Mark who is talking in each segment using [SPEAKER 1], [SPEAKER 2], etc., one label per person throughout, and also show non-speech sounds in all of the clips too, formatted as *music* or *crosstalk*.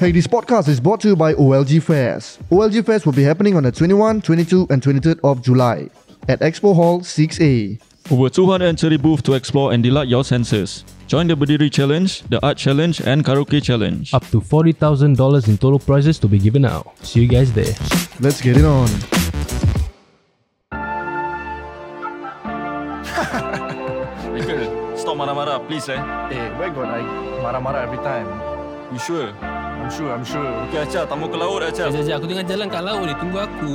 [SPEAKER 1] Hey, this podcast is brought to you by OLG Fairs. OLG Fairs will be happening on the 21, 22, and 23rd of July at Expo Hall 6A.
[SPEAKER 2] Over 230 booths to explore and delight your senses. Join the Berdiri Challenge, the Art Challenge, and Karaoke Challenge.
[SPEAKER 3] Up to $40,000 in total prizes to be given out. See you guys there.
[SPEAKER 1] Let's get it on.
[SPEAKER 2] Stop marah-marah, please eh.
[SPEAKER 4] Eh, where got I marah-marah every time?
[SPEAKER 2] You sure?
[SPEAKER 4] I'm sure, I'm sure.
[SPEAKER 2] Okay, Acah, tak mau ke laut, Acah.
[SPEAKER 3] Sekejap, aku tengah jalan kat laut ni. Tunggu aku.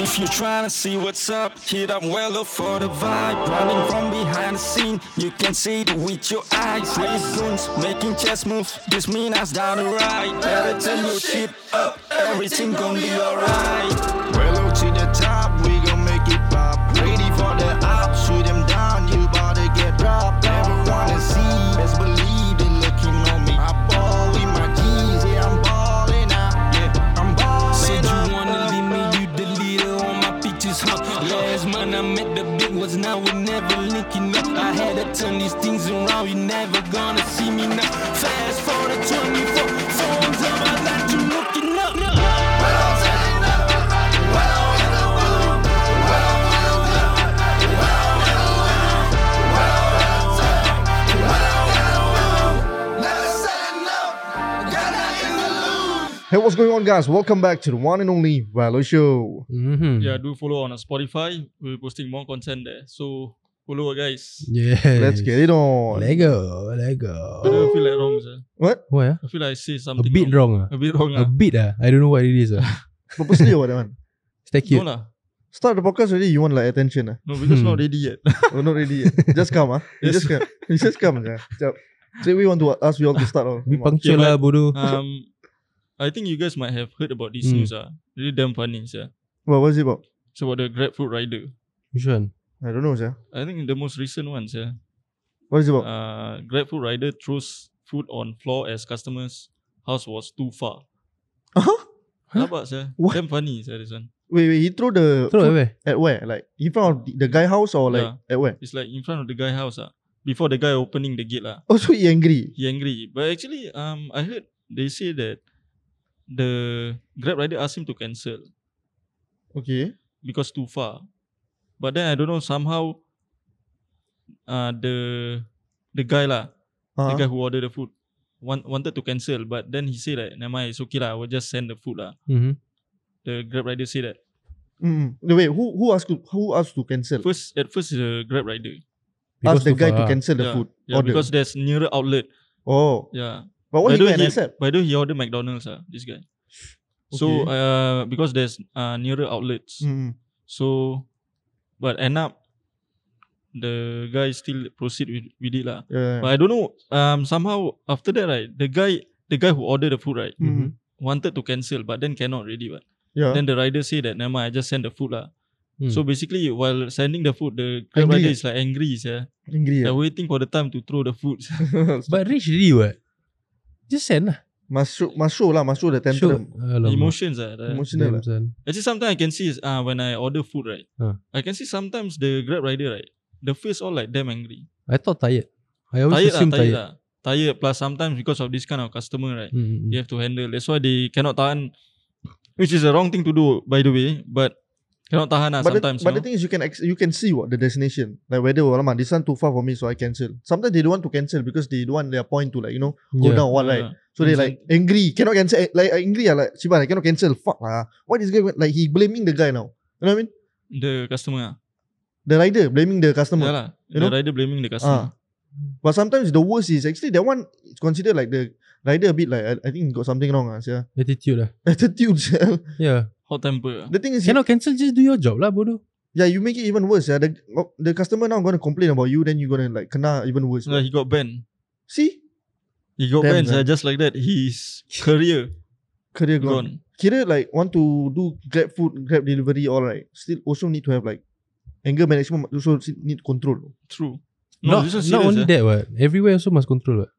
[SPEAKER 5] If you're trying to see what's up, hit up Weller for the vibe. Running from behind the scene, you can see it with your eyes. Raise goons, making chess moves. This mean us down the right. Better turn your shit up, everything gon' be alright. Weller to the top, we gon' make it pop. Ready for the op, shoot them down, you bout to get dropped. Everyone to see, best believe they looking on me. I ball with my G's, yeah, I'm ballin' out, yeah, I'm ballin'
[SPEAKER 6] Said
[SPEAKER 5] out.
[SPEAKER 6] you wanna leave me, you the leader on my pictures, huh? Last month I met the big ones, now we never linking up. I had to turn these things around, you never gonna see me now. Fast forward to 24, phones on my lap, you looking up.
[SPEAKER 1] Hey, what's going on, guys? Welcome back to the one and only Valo Show.
[SPEAKER 3] Mm-hmm.
[SPEAKER 2] Yeah, do follow on Spotify. We'll be posting more content there. So, follow guys.
[SPEAKER 3] Yes.
[SPEAKER 1] Let's get it on.
[SPEAKER 3] Lego, Lego.
[SPEAKER 2] I don't feel like wrong, sir.
[SPEAKER 1] What?
[SPEAKER 3] What? ah?
[SPEAKER 2] I feel like I say
[SPEAKER 3] A
[SPEAKER 2] something
[SPEAKER 3] bit wrong. ah.
[SPEAKER 2] A bit wrong,
[SPEAKER 3] A
[SPEAKER 2] ah.
[SPEAKER 3] bit ah. I don't know what it is ah.
[SPEAKER 1] Purposely or what, that one?
[SPEAKER 3] It's that
[SPEAKER 2] No
[SPEAKER 3] cute.
[SPEAKER 2] lah.
[SPEAKER 1] Start the podcast already, you want like attention. Ah,
[SPEAKER 2] No, because
[SPEAKER 3] Hmm.
[SPEAKER 2] not ready
[SPEAKER 3] *laughs*
[SPEAKER 2] yet.
[SPEAKER 1] We're not ready yet. Just come, ah. You
[SPEAKER 2] Yes.
[SPEAKER 1] just come. You just come. Yeah. Jap. So we want to ask we all to start oh, off.
[SPEAKER 3] Be punctual
[SPEAKER 2] Yeah,
[SPEAKER 3] lah bodoh.
[SPEAKER 2] um, I think you guys might have heard about this
[SPEAKER 3] Hmm.
[SPEAKER 2] news. Ah, Really damn funny, sir.
[SPEAKER 1] Well, what's it about?
[SPEAKER 2] It's about the Grabfood rider.
[SPEAKER 3] Which one?
[SPEAKER 1] I don't know, sir.
[SPEAKER 2] I think the most recent one, sir.
[SPEAKER 1] What is it about?
[SPEAKER 2] Uh, Grabfood rider throws food on floor as customers' house was too far.
[SPEAKER 1] Uh-huh. Huh?
[SPEAKER 2] Rabak, sir.
[SPEAKER 1] What?
[SPEAKER 2] Damn funny, sir, this one.
[SPEAKER 1] Wait, wait. He threw the
[SPEAKER 3] Throw it
[SPEAKER 1] food
[SPEAKER 3] away.
[SPEAKER 1] at where? Like in front of the- the guy house or like
[SPEAKER 2] Yeah.
[SPEAKER 1] at where?
[SPEAKER 2] It's like in front of the guy house ah. Before the guy opening the gate lah,
[SPEAKER 1] Oh, so he angry.
[SPEAKER 2] he angry. But actually, um, I heard they say that the Grab rider asked him to cancel
[SPEAKER 1] Okay.
[SPEAKER 2] because too far. But then I don't know somehow, uh, the the guy lah, the guy
[SPEAKER 1] Uh-huh.
[SPEAKER 2] who ordered the food, want, wanted to cancel. But then he said like, never mind, it's okay lah. I will just send the food ah." lah.
[SPEAKER 3] Mm-hmm.
[SPEAKER 2] The Grab rider said that
[SPEAKER 1] Mm. No, wait. Who who asked to, who asked to cancel?
[SPEAKER 2] first. At first, the Grab rider.
[SPEAKER 1] asked the guy to
[SPEAKER 3] uh-huh.
[SPEAKER 1] cancel the
[SPEAKER 2] yeah,
[SPEAKER 1] food
[SPEAKER 2] yeah,
[SPEAKER 1] order.
[SPEAKER 2] because there's nearer outlet.
[SPEAKER 1] oh,
[SPEAKER 2] Yeah.
[SPEAKER 1] but what he
[SPEAKER 2] By the way,
[SPEAKER 1] went and accept?
[SPEAKER 2] By the way, he ordered McDonald's ah, this guy. So
[SPEAKER 1] Okay.
[SPEAKER 2] uh, because there's uh, nearer outlets,
[SPEAKER 1] Mm.
[SPEAKER 2] so but end up the guy still proceed with, with it lah.
[SPEAKER 1] Yeah.
[SPEAKER 2] But I don't know. Um, somehow after that right, the guy the guy who ordered the food right
[SPEAKER 1] Mm.
[SPEAKER 2] wanted to cancel, but then cannot really. But
[SPEAKER 1] Yeah.
[SPEAKER 2] then the rider say that never mind, I just send the food lah.
[SPEAKER 3] Mm.
[SPEAKER 2] So basically, while sending the food, the grab
[SPEAKER 1] Hmm. Angry,
[SPEAKER 2] rider
[SPEAKER 1] eh?
[SPEAKER 2] is like angry, yeah.
[SPEAKER 1] angry.
[SPEAKER 2] They're
[SPEAKER 1] Yeah.
[SPEAKER 2] waiting for the time to throw the food. *laughs* sia.
[SPEAKER 1] *laughs*
[SPEAKER 3] But reach really what? Just send lah.
[SPEAKER 1] must show must show lah. Must show the tantrum.
[SPEAKER 3] Alamak.
[SPEAKER 2] Emotions ah. the-
[SPEAKER 1] Emotional lah.
[SPEAKER 3] Damn, son.
[SPEAKER 2] Actually, sometimes I can see is uh, when I order food, right?
[SPEAKER 3] Ah.
[SPEAKER 1] Ha.
[SPEAKER 2] I can see sometimes the Grab rider, right? The face all like damn angry.
[SPEAKER 3] I thought tired. I
[SPEAKER 2] Tired
[SPEAKER 3] always
[SPEAKER 2] lah,
[SPEAKER 3] assume
[SPEAKER 2] tired,
[SPEAKER 3] tired.
[SPEAKER 2] lah. Tired plus sometimes because of this kind of customer, right?
[SPEAKER 3] Mm-hmm.
[SPEAKER 1] Hmm.
[SPEAKER 2] You have to handle. That's why they cannot tahan, which is the wrong thing to do, by the way. But cannot tahan lah
[SPEAKER 1] But, the,
[SPEAKER 2] sometimes.
[SPEAKER 1] but the
[SPEAKER 2] you know?
[SPEAKER 1] thing is, you can ex- you can see what the destination like whether oh, alamak, this one too far for me, so I cancel. Sometimes they don't want to cancel because they don't want their point to like you know go
[SPEAKER 3] yeah.
[SPEAKER 1] down or what right.
[SPEAKER 2] Yeah.
[SPEAKER 1] So they like angry, cannot cancel. eh, Like angry, ah, like Shiba, I cannot cancel. Fuck lah. Why this guy went- like he blaming the guy now? You know what I mean?
[SPEAKER 2] the customer.
[SPEAKER 1] The rider blaming the
[SPEAKER 2] ah.
[SPEAKER 1] customer.
[SPEAKER 2] Yeah lah.
[SPEAKER 1] Hmm. You
[SPEAKER 2] The
[SPEAKER 1] know?
[SPEAKER 2] rider blaming the
[SPEAKER 1] Ah.
[SPEAKER 2] customer.
[SPEAKER 1] But sometimes the worst is actually that one is considered like the rider a bit like I, I think got something wrong. Ah, sia. *laughs*
[SPEAKER 3] Attitude lah.
[SPEAKER 1] Attitude. sia.
[SPEAKER 3] Yeah.
[SPEAKER 2] Hot temper. ah.
[SPEAKER 1] the thing is,
[SPEAKER 3] Cannot cancel, just do your job lah bodoh.
[SPEAKER 1] yeah, you make it even worse. Yeah, the oh, the customer now gonna complain about you, then you gonna like kena even worse.
[SPEAKER 2] So he got banned.
[SPEAKER 1] See,
[SPEAKER 2] He got
[SPEAKER 1] Damn,
[SPEAKER 2] banned,
[SPEAKER 1] man.
[SPEAKER 2] sia, just like that. His career
[SPEAKER 1] career gone.
[SPEAKER 2] gone.
[SPEAKER 1] Kira like want to do grab food, grab delivery, all right. Still also need to have like anger management. Also need control.
[SPEAKER 2] True.
[SPEAKER 3] not, not
[SPEAKER 2] eh?
[SPEAKER 3] only that what. Everywhere also must control what.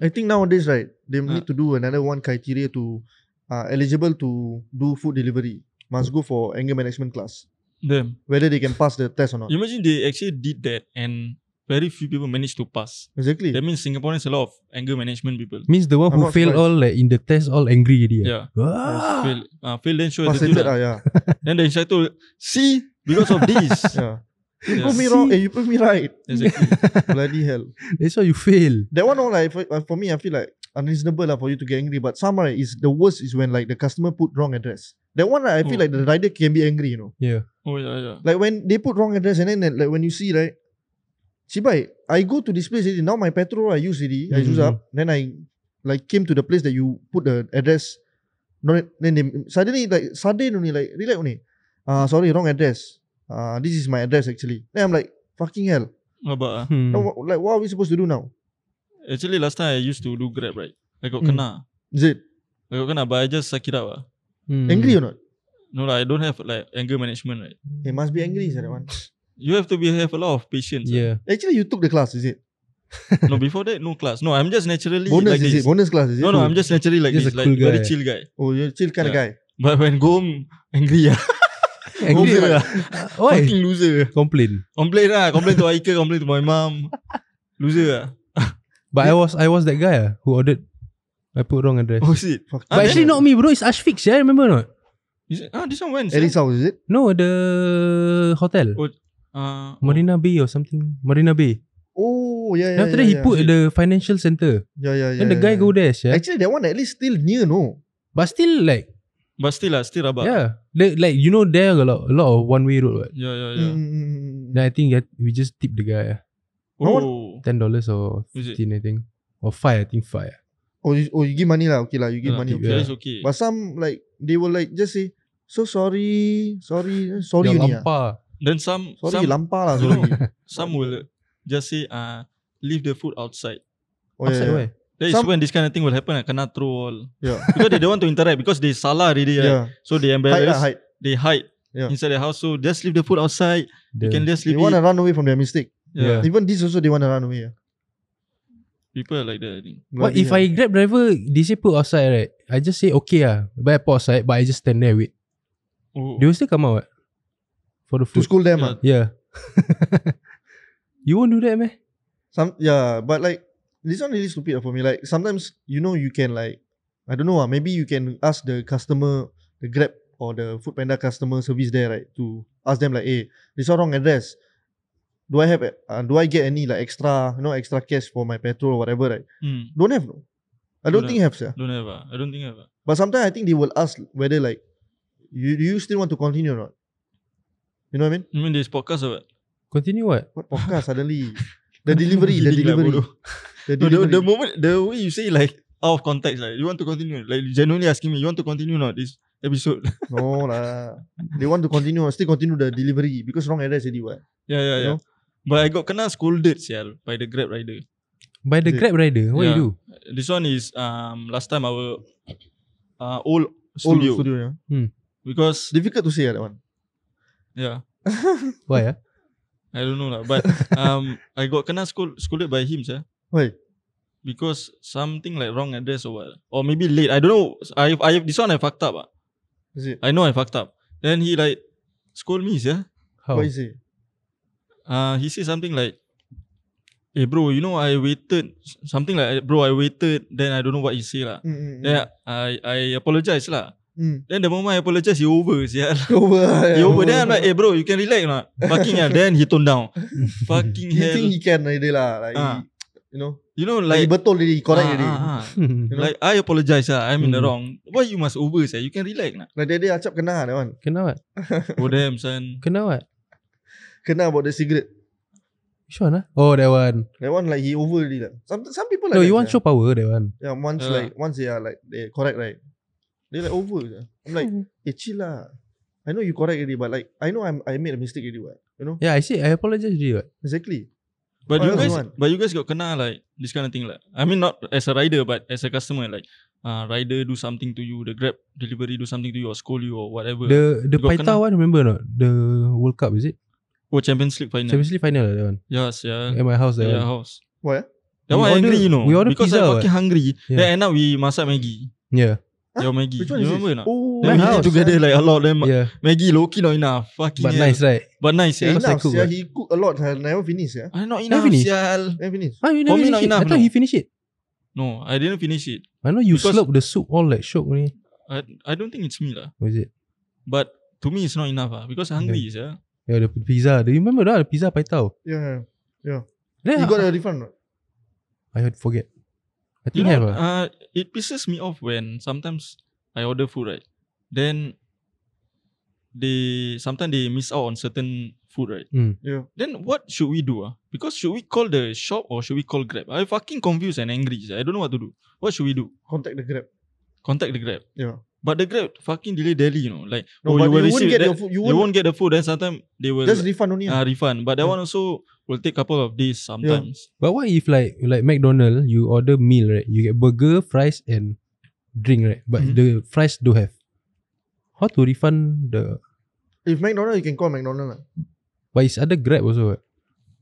[SPEAKER 1] I think nowadays, right, they
[SPEAKER 2] Ah.
[SPEAKER 1] need to do another one criteria to uh, eligible to do food delivery. Must go for anger management class.
[SPEAKER 2] Damn.
[SPEAKER 1] Whether they can pass the test or not.
[SPEAKER 2] Imagine they actually did that and very few people manage to pass.
[SPEAKER 1] Exactly.
[SPEAKER 2] That means Singaporeans a lot of anger management people.
[SPEAKER 3] Means the one
[SPEAKER 1] I'm
[SPEAKER 3] who
[SPEAKER 1] not
[SPEAKER 3] fail
[SPEAKER 1] surprised.
[SPEAKER 3] all like in the test all angry already. ah?
[SPEAKER 2] Yeah.
[SPEAKER 3] Ah.
[SPEAKER 2] Fail, uh, fail then show attitude.
[SPEAKER 1] Frustrated
[SPEAKER 2] lah.
[SPEAKER 1] lah,
[SPEAKER 2] *laughs*
[SPEAKER 1] yeah.
[SPEAKER 2] Then the instructor, see, because of this.
[SPEAKER 1] *laughs* yeah. You
[SPEAKER 2] Yeah.
[SPEAKER 1] prove me wrong and you prove me right. *laughs*
[SPEAKER 2] Exactly.
[SPEAKER 1] Bloody hell.
[SPEAKER 3] That's why you fail.
[SPEAKER 1] That one all like for, uh, for me, I feel like unreasonable lah for you to get angry. But some right is the worst is when like the customer put wrong address. That one right, I feel
[SPEAKER 2] Oh.
[SPEAKER 1] like the rider can be angry, you know.
[SPEAKER 3] Yeah.
[SPEAKER 2] Oh yeah, yeah.
[SPEAKER 1] Like when they put wrong address and then like when you see right, Sibai, I go to this place already. Now my petrol I use already. I use
[SPEAKER 3] Mhm.
[SPEAKER 1] up. Then I like came to the place that you put the address. No, then they suddenly like sudden only like relax only. Uh, sorry, wrong address. Uh, this is my address actually. Then I'm like fucking hell.
[SPEAKER 2] How about ah?
[SPEAKER 3] Hmm.
[SPEAKER 1] Now, wha- like what are we supposed to do now?
[SPEAKER 2] Actually, last time I used to do Grab, right? I got
[SPEAKER 1] Mm.
[SPEAKER 2] kena.
[SPEAKER 1] Is it
[SPEAKER 2] I got kena, but I just suck it up. ah.
[SPEAKER 3] Hmm.
[SPEAKER 1] angry or not?
[SPEAKER 2] No lah, I don't have like anger management, right?
[SPEAKER 1] He must be angry, sir, that
[SPEAKER 3] *laughs*
[SPEAKER 1] one.
[SPEAKER 2] You have to be have a lot of patience. ah.
[SPEAKER 3] Yeah.
[SPEAKER 1] Actually, you took the class, is it?
[SPEAKER 2] No, before that, no class. No, I'm just naturally
[SPEAKER 1] Bonus,
[SPEAKER 2] like
[SPEAKER 1] is
[SPEAKER 2] this.
[SPEAKER 1] it? Bonus class, is it?
[SPEAKER 2] No, no, I'm just naturally like
[SPEAKER 3] Just
[SPEAKER 2] this,
[SPEAKER 3] a
[SPEAKER 2] like
[SPEAKER 3] cool
[SPEAKER 2] very
[SPEAKER 3] guy.
[SPEAKER 2] chill guy.
[SPEAKER 1] Oh, you're chill kind
[SPEAKER 2] Yeah.
[SPEAKER 1] of guy.
[SPEAKER 2] But when go home, angry ah.
[SPEAKER 3] Angry.
[SPEAKER 1] Loser.
[SPEAKER 3] ah. *laughs* Why?
[SPEAKER 2] Fucking loser.
[SPEAKER 3] Complain.
[SPEAKER 2] Complain lah, complain to Aika, complain to my mom. Loser ah.
[SPEAKER 3] But I was I was that guy ah, who ordered. I put wrong address.
[SPEAKER 2] Oh shit.
[SPEAKER 1] Fuck.
[SPEAKER 2] Ah,
[SPEAKER 3] but
[SPEAKER 2] then-
[SPEAKER 3] actually not me, bro. It's Ashfix. Yeah, remember or not?
[SPEAKER 2] Is it- Ah, this one went.
[SPEAKER 1] Eddie's house, is it?
[SPEAKER 3] No, the hotel.
[SPEAKER 2] Oh, Uh,
[SPEAKER 3] Marina Bay or something. Marina Bay.
[SPEAKER 1] Oh, yeah, yeah.
[SPEAKER 3] Then after
[SPEAKER 1] yeah,
[SPEAKER 3] that, he
[SPEAKER 1] yeah.
[SPEAKER 3] put the financial center.
[SPEAKER 1] Yeah, yeah, yeah.
[SPEAKER 3] then the
[SPEAKER 1] yeah,
[SPEAKER 3] guy
[SPEAKER 1] yeah.
[SPEAKER 3] go there,
[SPEAKER 1] ya,
[SPEAKER 3] yeah.
[SPEAKER 1] Actually, that one at least still near, no?
[SPEAKER 3] But still, like,
[SPEAKER 2] but still lah, still rabak.
[SPEAKER 3] yeah, like, like you know, there a lot, a lot of one way road. Right?
[SPEAKER 2] yeah, yeah. yeah.
[SPEAKER 1] Mm.
[SPEAKER 3] Then I think that we just tip the guy ah.
[SPEAKER 2] Oh,
[SPEAKER 3] ten dollars or
[SPEAKER 2] Is it?
[SPEAKER 3] fifteen, I think, or five, I think five. ah.
[SPEAKER 1] Oh, you, oh, you give money lah. Okay lah, you give
[SPEAKER 2] Ah,
[SPEAKER 1] money.
[SPEAKER 3] tip,
[SPEAKER 1] Okay.
[SPEAKER 2] that
[SPEAKER 3] yeah.
[SPEAKER 2] is okay.
[SPEAKER 1] But some like they will like just say, so sorry, sorry, eh, sorry
[SPEAKER 3] Yang
[SPEAKER 1] you ni. ah.
[SPEAKER 3] lampar.
[SPEAKER 2] Then some,
[SPEAKER 1] Sorry,
[SPEAKER 2] some,
[SPEAKER 1] lampar lah.
[SPEAKER 2] No.
[SPEAKER 1] Sorry.
[SPEAKER 3] *laughs*
[SPEAKER 2] some will just say, uh, leave the food outside.
[SPEAKER 1] Oh, yeah,
[SPEAKER 3] Outside
[SPEAKER 1] yeah.
[SPEAKER 3] where?
[SPEAKER 2] That is
[SPEAKER 1] Some-
[SPEAKER 2] when this kind of thing will happen. I cannot throw all.
[SPEAKER 1] Yeah.
[SPEAKER 2] *laughs* because they don't want to interact because they salah already.
[SPEAKER 1] Yeah.
[SPEAKER 2] Yeah. So they
[SPEAKER 1] Hide lah,
[SPEAKER 2] embarrassed.
[SPEAKER 1] hide.
[SPEAKER 2] They hide
[SPEAKER 1] Yeah.
[SPEAKER 2] inside the house. So just leave the food outside.
[SPEAKER 3] The,
[SPEAKER 2] You can just
[SPEAKER 1] They
[SPEAKER 2] leave
[SPEAKER 1] want to
[SPEAKER 2] it.
[SPEAKER 1] run away from their mistake.
[SPEAKER 2] Yeah.
[SPEAKER 3] Yeah.
[SPEAKER 1] Even this also, they want to run away. ah.
[SPEAKER 2] People are like that. I think.
[SPEAKER 3] but
[SPEAKER 1] Bloody
[SPEAKER 3] if I grab driver, they say put outside, right? I just say okay ah, but I put outside, but I just stand there wait.
[SPEAKER 2] Oh.
[SPEAKER 3] They will still come out what? for the
[SPEAKER 1] hell. to
[SPEAKER 3] food.
[SPEAKER 1] school them, ah.
[SPEAKER 3] Yeah. *laughs* you won't do that, man.
[SPEAKER 1] Some yeah, but like this one really stupid ah for me. Like sometimes you know you can like I don't know ah, maybe you can ask the customer, the Grab or the Food Panda customer service there right to ask them like, hey, this one wrong address. Do I have a- uh, do I get any like extra you know extra cash for my petrol or whatever right?
[SPEAKER 2] Mm.
[SPEAKER 1] Don't have no. I don't
[SPEAKER 2] Don't
[SPEAKER 1] think have sir.
[SPEAKER 2] Don't have. ah. I don't think have. ah.
[SPEAKER 1] But sometimes I think they will ask whether like you do you still want to continue or not. You know what I mean?
[SPEAKER 2] You mean this podcast or what?
[SPEAKER 3] Continue what?
[SPEAKER 1] What podcast suddenly? The delivery, the
[SPEAKER 2] Kidding lah,
[SPEAKER 1] delivery,
[SPEAKER 2] bodoh.
[SPEAKER 1] the
[SPEAKER 2] No, the,
[SPEAKER 1] delivery.
[SPEAKER 2] the moment, the way you say like out of context, like you want to continue, like you genuinely asking me, you want to continue or not this episode?
[SPEAKER 1] No lah. They want to continue, still continue the delivery because wrong address already what.
[SPEAKER 2] *laughs* yeah, yeah, yeah.
[SPEAKER 1] No.
[SPEAKER 2] But I got kena scolded, yeah, by the Grab rider.
[SPEAKER 3] By the
[SPEAKER 1] Is it-
[SPEAKER 3] grab rider, what
[SPEAKER 2] Yeah.
[SPEAKER 3] you do?
[SPEAKER 2] This one is um last time our uh, old
[SPEAKER 1] Old
[SPEAKER 2] studio,
[SPEAKER 1] studio yeah.
[SPEAKER 2] because
[SPEAKER 1] Oh, Difficult to say ah, that one.
[SPEAKER 2] yeah
[SPEAKER 3] Why
[SPEAKER 1] *laughs*
[SPEAKER 3] ah?
[SPEAKER 2] I don't know lah, but *laughs* um I got kena scold, scolded by him sir
[SPEAKER 1] Why?
[SPEAKER 2] because something like wrong address or what or maybe late I don't know I I this one I fucked up ah
[SPEAKER 1] Is it?
[SPEAKER 2] I know I fucked up then he like scold me sir
[SPEAKER 3] How?
[SPEAKER 2] Oh.
[SPEAKER 1] What
[SPEAKER 3] *laughs*
[SPEAKER 1] is it?
[SPEAKER 2] uh, he said something like, "Hey bro, you know I waited something like bro I waited then I don't know what he say lah.
[SPEAKER 1] Mm, mm, mm.
[SPEAKER 2] Then I I apologize lah.
[SPEAKER 1] Mm.
[SPEAKER 2] Then the moment I apologize, he over *laughs* yeah.
[SPEAKER 1] *laughs* Over.
[SPEAKER 2] He *laughs* over then I'm like, eh, hey bro, you can relax or not? Fucking hell. Then he tone
[SPEAKER 1] *laughs*
[SPEAKER 2] down. Fucking
[SPEAKER 1] he
[SPEAKER 2] hell.
[SPEAKER 1] think he can already lah. Like,
[SPEAKER 2] Ah.
[SPEAKER 1] he, you know,
[SPEAKER 2] You know
[SPEAKER 1] like, he
[SPEAKER 2] like
[SPEAKER 1] betul already, he correct
[SPEAKER 2] ah,
[SPEAKER 1] already. Hmm.
[SPEAKER 2] ah, ah.
[SPEAKER 1] You know?
[SPEAKER 2] Like I apologize lah, I'm in the
[SPEAKER 3] Mm.
[SPEAKER 2] wrong. Why you must over sir? You can relax
[SPEAKER 1] *laughs*
[SPEAKER 2] lah.
[SPEAKER 1] Like that day Acap kena that one.
[SPEAKER 3] Kena what?
[SPEAKER 2] Oh damn son.
[SPEAKER 3] Kena what?
[SPEAKER 1] Kena about the cigarette.
[SPEAKER 3] Which one ah? Oh, that one.
[SPEAKER 1] That one like he over already lah. Some, some people like
[SPEAKER 3] No,
[SPEAKER 1] that,
[SPEAKER 3] you want
[SPEAKER 1] yeah.
[SPEAKER 3] show power, that one.
[SPEAKER 1] Yeah, once
[SPEAKER 2] Yeah.
[SPEAKER 1] like, once they are like, they correct right. They like over je. I'm like, eh chill lah. I know you correct already but like, I know I'm, I made a mistake already what. You know?
[SPEAKER 3] Yeah, I see. I apologize to you. What?
[SPEAKER 1] Exactly. Oh,
[SPEAKER 2] But you
[SPEAKER 1] that was
[SPEAKER 2] guys
[SPEAKER 1] the one.
[SPEAKER 2] but you guys got kena like this kind of thing like I mean not as a rider but as a customer like uh, rider do something to you, the grab delivery do something to you or scold you or whatever.
[SPEAKER 3] The the
[SPEAKER 2] You got
[SPEAKER 3] Paita
[SPEAKER 2] kena?
[SPEAKER 3] one, remember or not? The World Cup, is it?
[SPEAKER 2] oh Champions League final.
[SPEAKER 3] Champions League final, that one.
[SPEAKER 2] Yes, yeah.
[SPEAKER 3] At my house, that
[SPEAKER 2] Yeah,
[SPEAKER 3] one.
[SPEAKER 2] house.
[SPEAKER 1] Why? ah?
[SPEAKER 2] That
[SPEAKER 3] We
[SPEAKER 2] one I
[SPEAKER 3] order-
[SPEAKER 2] angry you know.
[SPEAKER 3] we order
[SPEAKER 2] because I
[SPEAKER 3] pizza what?
[SPEAKER 2] fucking hungry.
[SPEAKER 3] Yeah.
[SPEAKER 2] Then end up we masak Maggi.
[SPEAKER 3] Yeah.
[SPEAKER 2] Your Maggie.
[SPEAKER 1] Which one
[SPEAKER 2] you
[SPEAKER 1] is
[SPEAKER 2] remember
[SPEAKER 1] this?
[SPEAKER 2] not?
[SPEAKER 1] Oh,
[SPEAKER 2] Then we
[SPEAKER 3] House,
[SPEAKER 2] eat together like a lot. Then Ma-
[SPEAKER 3] Yeah.
[SPEAKER 2] Maggie low key not enough. Fucking
[SPEAKER 3] But
[SPEAKER 2] hell.
[SPEAKER 3] nice, right?
[SPEAKER 2] But nice.
[SPEAKER 1] eh,
[SPEAKER 2] Yeah.
[SPEAKER 3] Because I
[SPEAKER 1] enough,
[SPEAKER 3] cook
[SPEAKER 1] yeah.
[SPEAKER 3] what?
[SPEAKER 1] He cook a lot. I never finish. Yeah,
[SPEAKER 2] I not
[SPEAKER 3] Never
[SPEAKER 2] enough.
[SPEAKER 3] finish?
[SPEAKER 2] Sial.
[SPEAKER 1] never finish.
[SPEAKER 3] Ah, you
[SPEAKER 2] For
[SPEAKER 3] never
[SPEAKER 2] me,
[SPEAKER 3] finish
[SPEAKER 2] not
[SPEAKER 3] it.
[SPEAKER 2] enough,
[SPEAKER 3] I thought
[SPEAKER 2] no.
[SPEAKER 3] he finished it.
[SPEAKER 2] No, I didn't finish it.
[SPEAKER 3] I know you
[SPEAKER 2] Because-
[SPEAKER 3] slurp the soup all like shiok ni.
[SPEAKER 2] I I don't think it's me lah.
[SPEAKER 3] What is it?
[SPEAKER 2] But to me, it's not enough ah because I hungry yeah.
[SPEAKER 3] Yeah, the pizza. Do you remember that? The pizza paitao.
[SPEAKER 1] Yeah,
[SPEAKER 3] Then
[SPEAKER 1] you got
[SPEAKER 3] I,
[SPEAKER 1] a refund. Not?
[SPEAKER 3] I had forget. I
[SPEAKER 2] You
[SPEAKER 3] think
[SPEAKER 2] know,
[SPEAKER 3] have
[SPEAKER 2] uh,
[SPEAKER 3] ah.
[SPEAKER 2] it pisses me off when sometimes I order food right, then they sometimes they miss out on certain food right.
[SPEAKER 3] Mm.
[SPEAKER 1] Yeah.
[SPEAKER 2] Then what should we do ah? Because should we call the shop or should we call Grab? I fucking confused and angry. sia. I don't know what to do. What should we do?
[SPEAKER 1] Contact the Grab.
[SPEAKER 2] Contact the Grab.
[SPEAKER 1] Yeah.
[SPEAKER 2] But the Grab fucking delay daily, you know. Like
[SPEAKER 1] No,
[SPEAKER 2] oh,
[SPEAKER 1] but
[SPEAKER 2] you will
[SPEAKER 1] you
[SPEAKER 2] receive
[SPEAKER 1] won't get
[SPEAKER 2] that-
[SPEAKER 1] your food. You
[SPEAKER 2] you
[SPEAKER 1] won't.
[SPEAKER 2] won't get the food. Then sometimes they will
[SPEAKER 1] Just refund only.
[SPEAKER 2] uh,
[SPEAKER 1] ah.
[SPEAKER 2] refund. But that
[SPEAKER 1] Yeah.
[SPEAKER 2] one also will take couple of days sometimes.
[SPEAKER 3] But what if like like McDonald, you order meal, right? You get burger, fries, and drink, right? But
[SPEAKER 2] Mhm.
[SPEAKER 3] the fries do have. How to refund the?
[SPEAKER 1] If McDonald, you can call McDonald. lah.
[SPEAKER 3] But it's other Grab also. Right?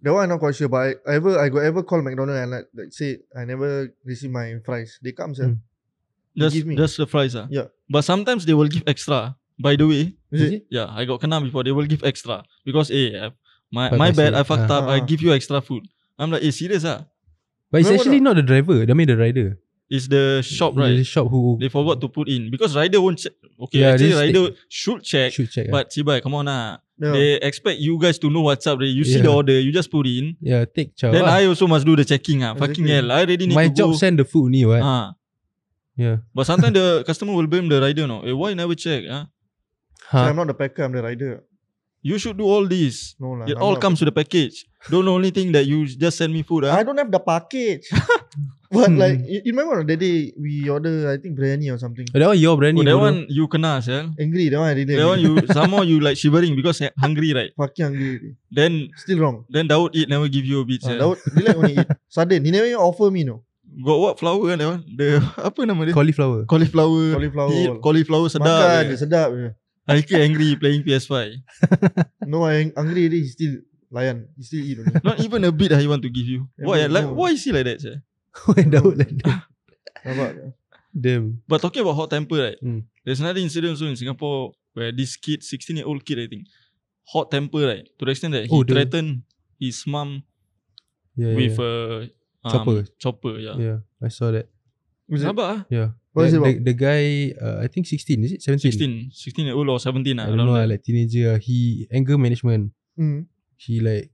[SPEAKER 1] That one I not quite sure, but I, I ever I got ever call McDonald and like, like say I never receive my fries. They come, sir.
[SPEAKER 3] Mm.
[SPEAKER 1] They
[SPEAKER 2] Just
[SPEAKER 1] give me.
[SPEAKER 2] just the fries ah.
[SPEAKER 1] Yeah.
[SPEAKER 2] But sometimes they will give extra. By the way,
[SPEAKER 1] Is it?
[SPEAKER 2] yeah, I got kena before. They will give extra because eh, I- my
[SPEAKER 3] But
[SPEAKER 2] my
[SPEAKER 3] I
[SPEAKER 2] bad.
[SPEAKER 3] see.
[SPEAKER 2] I fucked
[SPEAKER 3] Ah.
[SPEAKER 2] up. I
[SPEAKER 1] Ah.
[SPEAKER 2] give you extra food. I'm like, eh, serious ah?
[SPEAKER 3] But it's
[SPEAKER 1] Remember
[SPEAKER 3] actually not the driver. I mean the rider.
[SPEAKER 2] It's the shop right?
[SPEAKER 3] The shop who
[SPEAKER 2] They forgot to put in because rider won't check. Okay,
[SPEAKER 3] Yeah,
[SPEAKER 2] actually
[SPEAKER 3] this-
[SPEAKER 2] rider should check.
[SPEAKER 3] should check. ah.
[SPEAKER 2] But Cibai, come on ah.
[SPEAKER 1] Yeah.
[SPEAKER 2] They expect you guys to know what's up. Right? You see the
[SPEAKER 3] Yeah.
[SPEAKER 2] order, you just put in.
[SPEAKER 3] yeah, take chow.
[SPEAKER 2] Then
[SPEAKER 3] ah.
[SPEAKER 2] I also must do the checking ah. Fucking
[SPEAKER 1] Exactly.
[SPEAKER 2] hell, I already need
[SPEAKER 3] My
[SPEAKER 2] to go.
[SPEAKER 3] job send the food ni, right?
[SPEAKER 2] Ah.
[SPEAKER 3] Yeah.
[SPEAKER 2] But sometimes the *laughs* customer will blame the rider, no? Eh, why never check? Huh?
[SPEAKER 1] So
[SPEAKER 3] Huh.
[SPEAKER 1] I'm not the packer. I'm the rider.
[SPEAKER 2] You should do all this.
[SPEAKER 1] No lah.
[SPEAKER 2] It
[SPEAKER 1] I'm
[SPEAKER 2] all
[SPEAKER 1] not-
[SPEAKER 2] comes with the package. Don't only think that you just send me food. ah.
[SPEAKER 1] I
[SPEAKER 2] Huh?
[SPEAKER 1] don't have the package. *laughs* but
[SPEAKER 3] Hmm.
[SPEAKER 1] like you, you remember the day we order I think biryani or something.
[SPEAKER 3] Oh, that one your brand
[SPEAKER 2] Oh,
[SPEAKER 3] new.
[SPEAKER 2] that
[SPEAKER 3] bodoh.
[SPEAKER 2] one you kena, sel.
[SPEAKER 1] Angry. That one I really.
[SPEAKER 2] That one
[SPEAKER 3] *laughs*
[SPEAKER 1] angry.
[SPEAKER 2] you somehow you like shivering because he- hungry, right?
[SPEAKER 1] fucking angry. already.
[SPEAKER 2] Then
[SPEAKER 1] Still wrong.
[SPEAKER 2] then Daud eat never give you a
[SPEAKER 3] Ah,
[SPEAKER 2] bit.
[SPEAKER 1] Uh,
[SPEAKER 2] sel.
[SPEAKER 1] that one, they like
[SPEAKER 2] *laughs*
[SPEAKER 1] only eat. Sudden. He never even offer me no.
[SPEAKER 2] Got what flower kan that one? The *laughs* apa nama dia? *laughs*
[SPEAKER 3] Cauliflower.
[SPEAKER 2] Cauliflower.
[SPEAKER 1] Cauliflower.
[SPEAKER 2] He eat cauliflower
[SPEAKER 1] Makan.
[SPEAKER 2] sedap. eh.
[SPEAKER 1] Dia sedap. je.
[SPEAKER 2] I feel angry playing
[SPEAKER 3] *laughs*
[SPEAKER 2] PS5.
[SPEAKER 1] No, I angry already. He still layan. He still eat
[SPEAKER 2] *laughs*
[SPEAKER 1] only.
[SPEAKER 2] Not even a bit I want to give you.
[SPEAKER 1] Yeah,
[SPEAKER 2] Why?
[SPEAKER 1] bro,
[SPEAKER 2] Like,
[SPEAKER 1] no.
[SPEAKER 2] why is he like that? Sir?
[SPEAKER 3] When Daud like Oh, that.
[SPEAKER 1] Nampak?
[SPEAKER 3] *laughs* Damn.
[SPEAKER 2] But talking about hot temper, right?
[SPEAKER 3] Mm.
[SPEAKER 2] There's another incident also in Singapore where this kid, 16 year old kid, I think, hot temper, right? To the extent that he
[SPEAKER 3] Oh, the-
[SPEAKER 2] threatened his mum
[SPEAKER 3] Yeah, yeah,
[SPEAKER 2] with
[SPEAKER 3] yeah.
[SPEAKER 2] a um, uh,
[SPEAKER 3] Chopper.
[SPEAKER 2] Chopper, yeah.
[SPEAKER 3] yeah, I saw that.
[SPEAKER 1] Was it?
[SPEAKER 2] Rabak ah.
[SPEAKER 3] Yeah.
[SPEAKER 1] What is it
[SPEAKER 3] the,
[SPEAKER 1] about?
[SPEAKER 3] the, the guy, uh, I think 16, is it?
[SPEAKER 2] 16,
[SPEAKER 3] 17?
[SPEAKER 2] 16 year old or 17
[SPEAKER 3] I
[SPEAKER 2] ah.
[SPEAKER 3] don't
[SPEAKER 2] around
[SPEAKER 3] know,
[SPEAKER 2] there.
[SPEAKER 3] ah, like teenager. ah. He, anger management.
[SPEAKER 1] Mm.
[SPEAKER 3] He like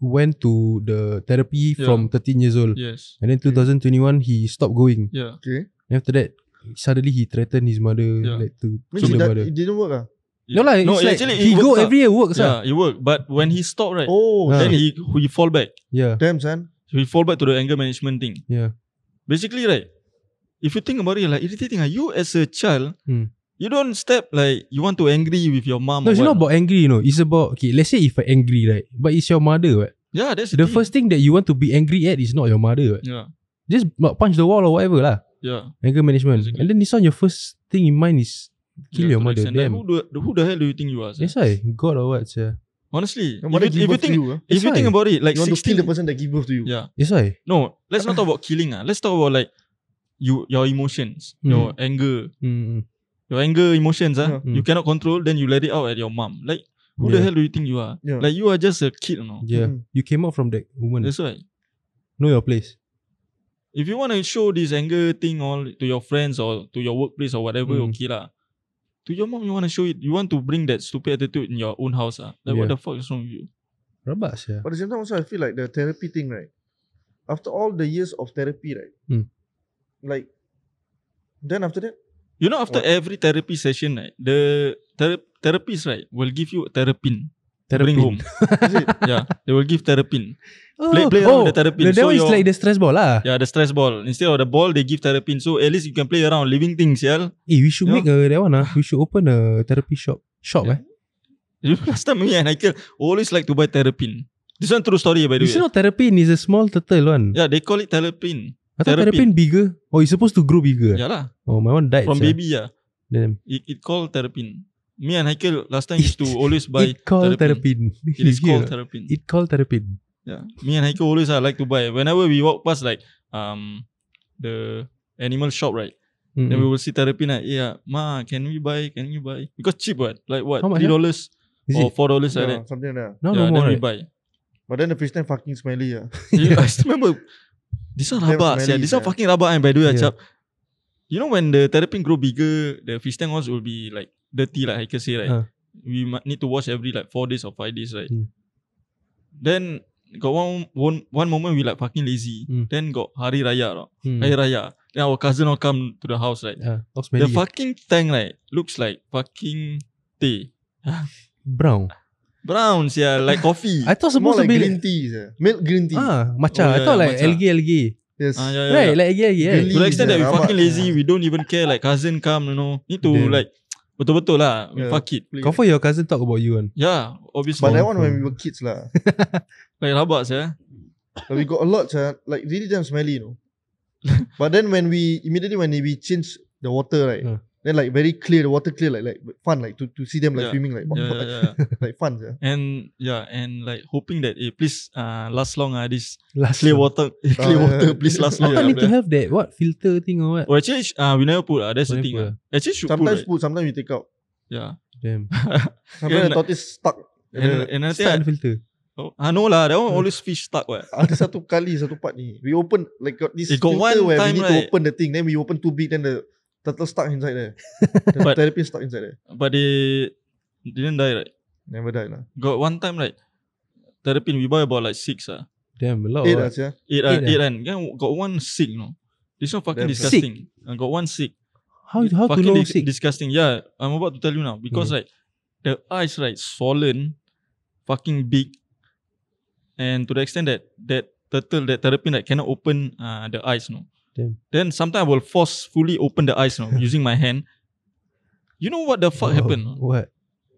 [SPEAKER 3] went to the therapy
[SPEAKER 2] Yeah.
[SPEAKER 3] from 13 years old.
[SPEAKER 2] Yes.
[SPEAKER 3] And then 2021, he stopped going.
[SPEAKER 2] Yeah.
[SPEAKER 1] Okay.
[SPEAKER 3] And after that, suddenly he threatened his mother
[SPEAKER 2] Yeah.
[SPEAKER 3] like to
[SPEAKER 1] Means
[SPEAKER 3] kill
[SPEAKER 1] it,
[SPEAKER 3] the
[SPEAKER 1] does,
[SPEAKER 3] mother.
[SPEAKER 1] it didn't work ah.
[SPEAKER 3] No lah, it's like
[SPEAKER 2] actually it
[SPEAKER 3] he go
[SPEAKER 2] works ah.
[SPEAKER 3] every year works ah.
[SPEAKER 2] Yeah, it worked. But when he stopped, right?
[SPEAKER 1] Oh,
[SPEAKER 3] Ah.
[SPEAKER 2] Then
[SPEAKER 1] then
[SPEAKER 2] he he fall back.
[SPEAKER 3] Yeah,
[SPEAKER 1] damn son.
[SPEAKER 2] So he fall back to the anger management thing.
[SPEAKER 3] yeah,
[SPEAKER 2] Basically, right? If you think about it, like irritating. ah. You as a child,
[SPEAKER 3] Hmm.
[SPEAKER 2] you don't step like you want to angry with your mom. or
[SPEAKER 3] No, it's
[SPEAKER 2] what.
[SPEAKER 3] not about angry. You know, it's about okay. Let's say if I angry, right? But it's your mother. Right?
[SPEAKER 2] Yeah, that's the,
[SPEAKER 3] The
[SPEAKER 2] thing.
[SPEAKER 3] first thing that you want to be angry at is not your mother. Right?
[SPEAKER 2] Yeah,
[SPEAKER 3] Just like, punch the wall or whatever lah.
[SPEAKER 2] yeah.
[SPEAKER 3] Anger management.
[SPEAKER 2] Exactly.
[SPEAKER 3] And then this one, your first thing in mind is kill
[SPEAKER 2] yeah, to
[SPEAKER 3] your
[SPEAKER 2] the
[SPEAKER 3] mother.
[SPEAKER 2] extent that
[SPEAKER 3] Damn.
[SPEAKER 2] Who the, the- who the hell do you think you are? sir?
[SPEAKER 3] That's why God or what? Yeah.
[SPEAKER 2] Honestly,
[SPEAKER 1] Your mother
[SPEAKER 2] if
[SPEAKER 1] give
[SPEAKER 2] you, if you
[SPEAKER 1] birth to
[SPEAKER 2] think
[SPEAKER 1] you, ah.
[SPEAKER 2] if you
[SPEAKER 3] That's
[SPEAKER 2] think
[SPEAKER 3] why.
[SPEAKER 2] about it, like
[SPEAKER 1] you want to kill
[SPEAKER 2] 16,
[SPEAKER 1] the person that give birth to you.
[SPEAKER 2] Yeah.
[SPEAKER 3] That's why.
[SPEAKER 2] no, let's not talk about killing. Ah, let's talk about like you your emotions,
[SPEAKER 3] Hmm.
[SPEAKER 2] your anger,
[SPEAKER 3] Mm, mm.
[SPEAKER 2] your anger emotions. Ah,
[SPEAKER 1] Yeah.
[SPEAKER 2] you
[SPEAKER 3] Hmm.
[SPEAKER 2] cannot control, then you let it out at your mom. Like who the
[SPEAKER 3] Yeah. Hmm.
[SPEAKER 2] hell do you think you are?
[SPEAKER 1] Yeah.
[SPEAKER 2] Like you are just a kid, you know.
[SPEAKER 3] Yeah.
[SPEAKER 1] Mm.
[SPEAKER 3] You came out from that woman.
[SPEAKER 2] That's why.
[SPEAKER 3] Know your place.
[SPEAKER 2] If you want to show this anger thing all to your friends or to your workplace or whatever,
[SPEAKER 3] Hmm.
[SPEAKER 2] okay lah. To your mom, you want to show it. You want to bring that stupid attitude in your own house. Ah, like what
[SPEAKER 3] Yeah.
[SPEAKER 2] the fuck is wrong with you?
[SPEAKER 3] Rabak yeah.
[SPEAKER 1] But at the same time, also I feel like the therapy thing, right? After all the years of therapy, right?
[SPEAKER 3] Hmm.
[SPEAKER 1] Like, then after
[SPEAKER 2] *laughs*
[SPEAKER 1] that,
[SPEAKER 2] You know, after
[SPEAKER 1] What?
[SPEAKER 2] every therapy session, right, the ther- therapist right will give you therapin. to Bring home.
[SPEAKER 1] is it?
[SPEAKER 2] yeah, they will give therapin.
[SPEAKER 3] Oh,
[SPEAKER 2] Play- play around
[SPEAKER 3] oh,
[SPEAKER 2] with the therapy.
[SPEAKER 3] The, that
[SPEAKER 2] So
[SPEAKER 3] one is
[SPEAKER 2] your-
[SPEAKER 3] like the stress ball lah.
[SPEAKER 2] Yeah, the Ya, stress ball instead of the ball, they give therapin. So at least you can play around living things. ya. Yeah,
[SPEAKER 3] Eh, we should
[SPEAKER 2] You
[SPEAKER 3] make a that one ah. We should open a therapy shop. Shop
[SPEAKER 2] Yeah.
[SPEAKER 3] eh.
[SPEAKER 2] you know, *laughs* last time me and Michael always like to buy therapin. This one true story by the
[SPEAKER 3] It's
[SPEAKER 2] way.
[SPEAKER 3] not therapy. It's a small turtle one.
[SPEAKER 2] Yeah, they call it therapin.
[SPEAKER 3] I
[SPEAKER 2] Ya,
[SPEAKER 3] thought
[SPEAKER 2] Terrapin.
[SPEAKER 3] terrapin bigger. Oh, it's supposed to grow bigger.
[SPEAKER 2] Yeah lah,
[SPEAKER 3] Oh, my one died.
[SPEAKER 2] from
[SPEAKER 3] sia.
[SPEAKER 2] baby yeah,
[SPEAKER 3] Damn.
[SPEAKER 2] it, it called therapin. Me and Michael last time used to always buy.
[SPEAKER 3] it called
[SPEAKER 2] terrapin.
[SPEAKER 3] terrapin.
[SPEAKER 2] It
[SPEAKER 3] *laughs*
[SPEAKER 2] is
[SPEAKER 3] You hear
[SPEAKER 2] called
[SPEAKER 3] or not?
[SPEAKER 2] therapin.
[SPEAKER 3] It called terrapin.
[SPEAKER 2] Yeah. Me and uh, Haiko always I like to buy. Whenever we walk past like um the animal shop, right?
[SPEAKER 3] Mm-mm.
[SPEAKER 2] Then we will see therapy like, yeah, ma, can we buy? Can we buy? Because cheap, what? Like what?
[SPEAKER 3] How much,
[SPEAKER 2] Three dollars
[SPEAKER 3] Is
[SPEAKER 2] or
[SPEAKER 3] it?
[SPEAKER 2] four dollars like
[SPEAKER 1] Yeah,
[SPEAKER 2] that.
[SPEAKER 1] Ah, something like that.
[SPEAKER 3] Now
[SPEAKER 2] yeah, then
[SPEAKER 3] no more.
[SPEAKER 2] we
[SPEAKER 3] Right?
[SPEAKER 2] buy.
[SPEAKER 1] But then the fish tank fucking smelly. ah. Yeah.
[SPEAKER 2] You- I still remember. This one
[SPEAKER 1] Damn
[SPEAKER 2] rabak, yeah.
[SPEAKER 1] smelly,
[SPEAKER 2] This one
[SPEAKER 1] sia.
[SPEAKER 2] fucking rabak, and by the way,
[SPEAKER 3] Yeah.
[SPEAKER 2] yeah. You know when the terrapin grow bigger, the fish tank ones will be like dirty, like I can say, right?
[SPEAKER 3] Ah.
[SPEAKER 2] We might need to wash every like four days or five days, right?
[SPEAKER 3] Mm.
[SPEAKER 2] Then got one one one moment we like fucking lazy.
[SPEAKER 3] Mm.
[SPEAKER 2] Then got hari raya, no?
[SPEAKER 3] Mm.
[SPEAKER 2] hari raya. Then our cousin all come to the house, right?
[SPEAKER 3] Yeah, all
[SPEAKER 2] The
[SPEAKER 3] smelly.
[SPEAKER 2] fucking tank right looks like fucking tea.
[SPEAKER 3] brown.
[SPEAKER 2] Brown yeah, like coffee.
[SPEAKER 3] I thought
[SPEAKER 1] More
[SPEAKER 3] supposed
[SPEAKER 1] like
[SPEAKER 3] to be
[SPEAKER 1] green tea. Yeah. Milk green tea.
[SPEAKER 3] Ah, matcha.
[SPEAKER 2] Oh,
[SPEAKER 3] I
[SPEAKER 2] yeah,
[SPEAKER 3] thought
[SPEAKER 2] yeah,
[SPEAKER 3] like
[SPEAKER 2] matcha.
[SPEAKER 3] algae, algae.
[SPEAKER 1] Yes.
[SPEAKER 2] Ah, yeah, yeah,
[SPEAKER 3] Right,
[SPEAKER 2] yeah.
[SPEAKER 3] like algae, algae.
[SPEAKER 1] Really?
[SPEAKER 2] to the extent that we
[SPEAKER 1] Yeah,
[SPEAKER 2] fucking
[SPEAKER 1] eh, rabak.
[SPEAKER 2] lazy, we don't even care. Like cousin come, you know, need to
[SPEAKER 3] Damn.
[SPEAKER 2] like betul-betul lah. We
[SPEAKER 1] Yeah.
[SPEAKER 2] fuck it.
[SPEAKER 1] Please.
[SPEAKER 3] Confirm your cousin talk about you one. *laughs*
[SPEAKER 2] Yeah, obviously.
[SPEAKER 1] But that
[SPEAKER 3] Oh,
[SPEAKER 1] one when we
[SPEAKER 3] cool.
[SPEAKER 1] were kids lah.
[SPEAKER 2] like rabak yeah.
[SPEAKER 1] but we got a lot sia. Like really damn smelly you know. but then when we immediately when we change the water right.
[SPEAKER 3] Yeah.
[SPEAKER 1] Then like very clear, the water clear, like like fun, like to, to see them like
[SPEAKER 2] Yeah.
[SPEAKER 1] swimming, like
[SPEAKER 2] Yeah,
[SPEAKER 1] *laughs*
[SPEAKER 2] yeah, yeah.
[SPEAKER 1] like fun, yeah.
[SPEAKER 2] and yeah, and like hoping that eh, please uh, last long ah
[SPEAKER 1] *laughs*
[SPEAKER 2] this
[SPEAKER 3] Last
[SPEAKER 2] clear water, eh, clear
[SPEAKER 1] Ah, yeah.
[SPEAKER 2] water, please last
[SPEAKER 3] I
[SPEAKER 2] long.
[SPEAKER 3] thought
[SPEAKER 2] ah,
[SPEAKER 3] need to
[SPEAKER 2] bro.
[SPEAKER 3] have that what filter thing or what?
[SPEAKER 2] Well, actually, sh- uh, we never put ah. That's the
[SPEAKER 3] Never
[SPEAKER 2] thing.
[SPEAKER 3] put,
[SPEAKER 2] ah. Actually, should
[SPEAKER 1] Sometimes
[SPEAKER 2] put. Right?
[SPEAKER 1] put, sometimes we take out.
[SPEAKER 2] Yeah. *laughs*
[SPEAKER 3] Damn.
[SPEAKER 1] Sometimes
[SPEAKER 2] And
[SPEAKER 1] the tortoise stuck.
[SPEAKER 2] And,
[SPEAKER 1] Ada-
[SPEAKER 2] and another thing,
[SPEAKER 3] Start
[SPEAKER 2] I,
[SPEAKER 3] the filter.
[SPEAKER 2] oh, ah, no lah, that one
[SPEAKER 1] Hmm.
[SPEAKER 2] always fish stuck. What?
[SPEAKER 1] Ada *laughs* satu kali satu part ni We open Like got this
[SPEAKER 2] Eh, got
[SPEAKER 1] filter
[SPEAKER 2] one
[SPEAKER 1] Where we
[SPEAKER 2] time,
[SPEAKER 1] need to
[SPEAKER 2] right?
[SPEAKER 1] open the thing Then we open too big Then the turtle stuck inside there The
[SPEAKER 2] But-
[SPEAKER 1] therapist stuck inside there
[SPEAKER 2] But they didn't die, right?
[SPEAKER 1] Never die lah
[SPEAKER 2] Got one time, like, therapy, we buy about like six ah.
[SPEAKER 3] Damn, a lot.
[SPEAKER 1] Eight lah
[SPEAKER 3] or what?
[SPEAKER 1] sia
[SPEAKER 2] Eight, ah,
[SPEAKER 3] Eight, ah.
[SPEAKER 2] eight, kan Kan got one sick you know This one fucking
[SPEAKER 1] Damn,
[SPEAKER 2] disgusting uh, Got one sick
[SPEAKER 3] How how to
[SPEAKER 2] Fucking
[SPEAKER 3] know
[SPEAKER 2] dis-
[SPEAKER 3] sick? Mm-hmm.
[SPEAKER 2] Disgusting Yeah I'm about to tell you now Because like The eyes right Swollen Fucking big And to the extent that That turtle That terrapin like Cannot open uh, The eyes no
[SPEAKER 3] Damn.
[SPEAKER 2] Then sometimes I will forcefully Open the eyes no
[SPEAKER 3] *laughs*
[SPEAKER 2] Using my hand You know what the fuck
[SPEAKER 3] Wow,
[SPEAKER 2] happened no?
[SPEAKER 3] Oh, What?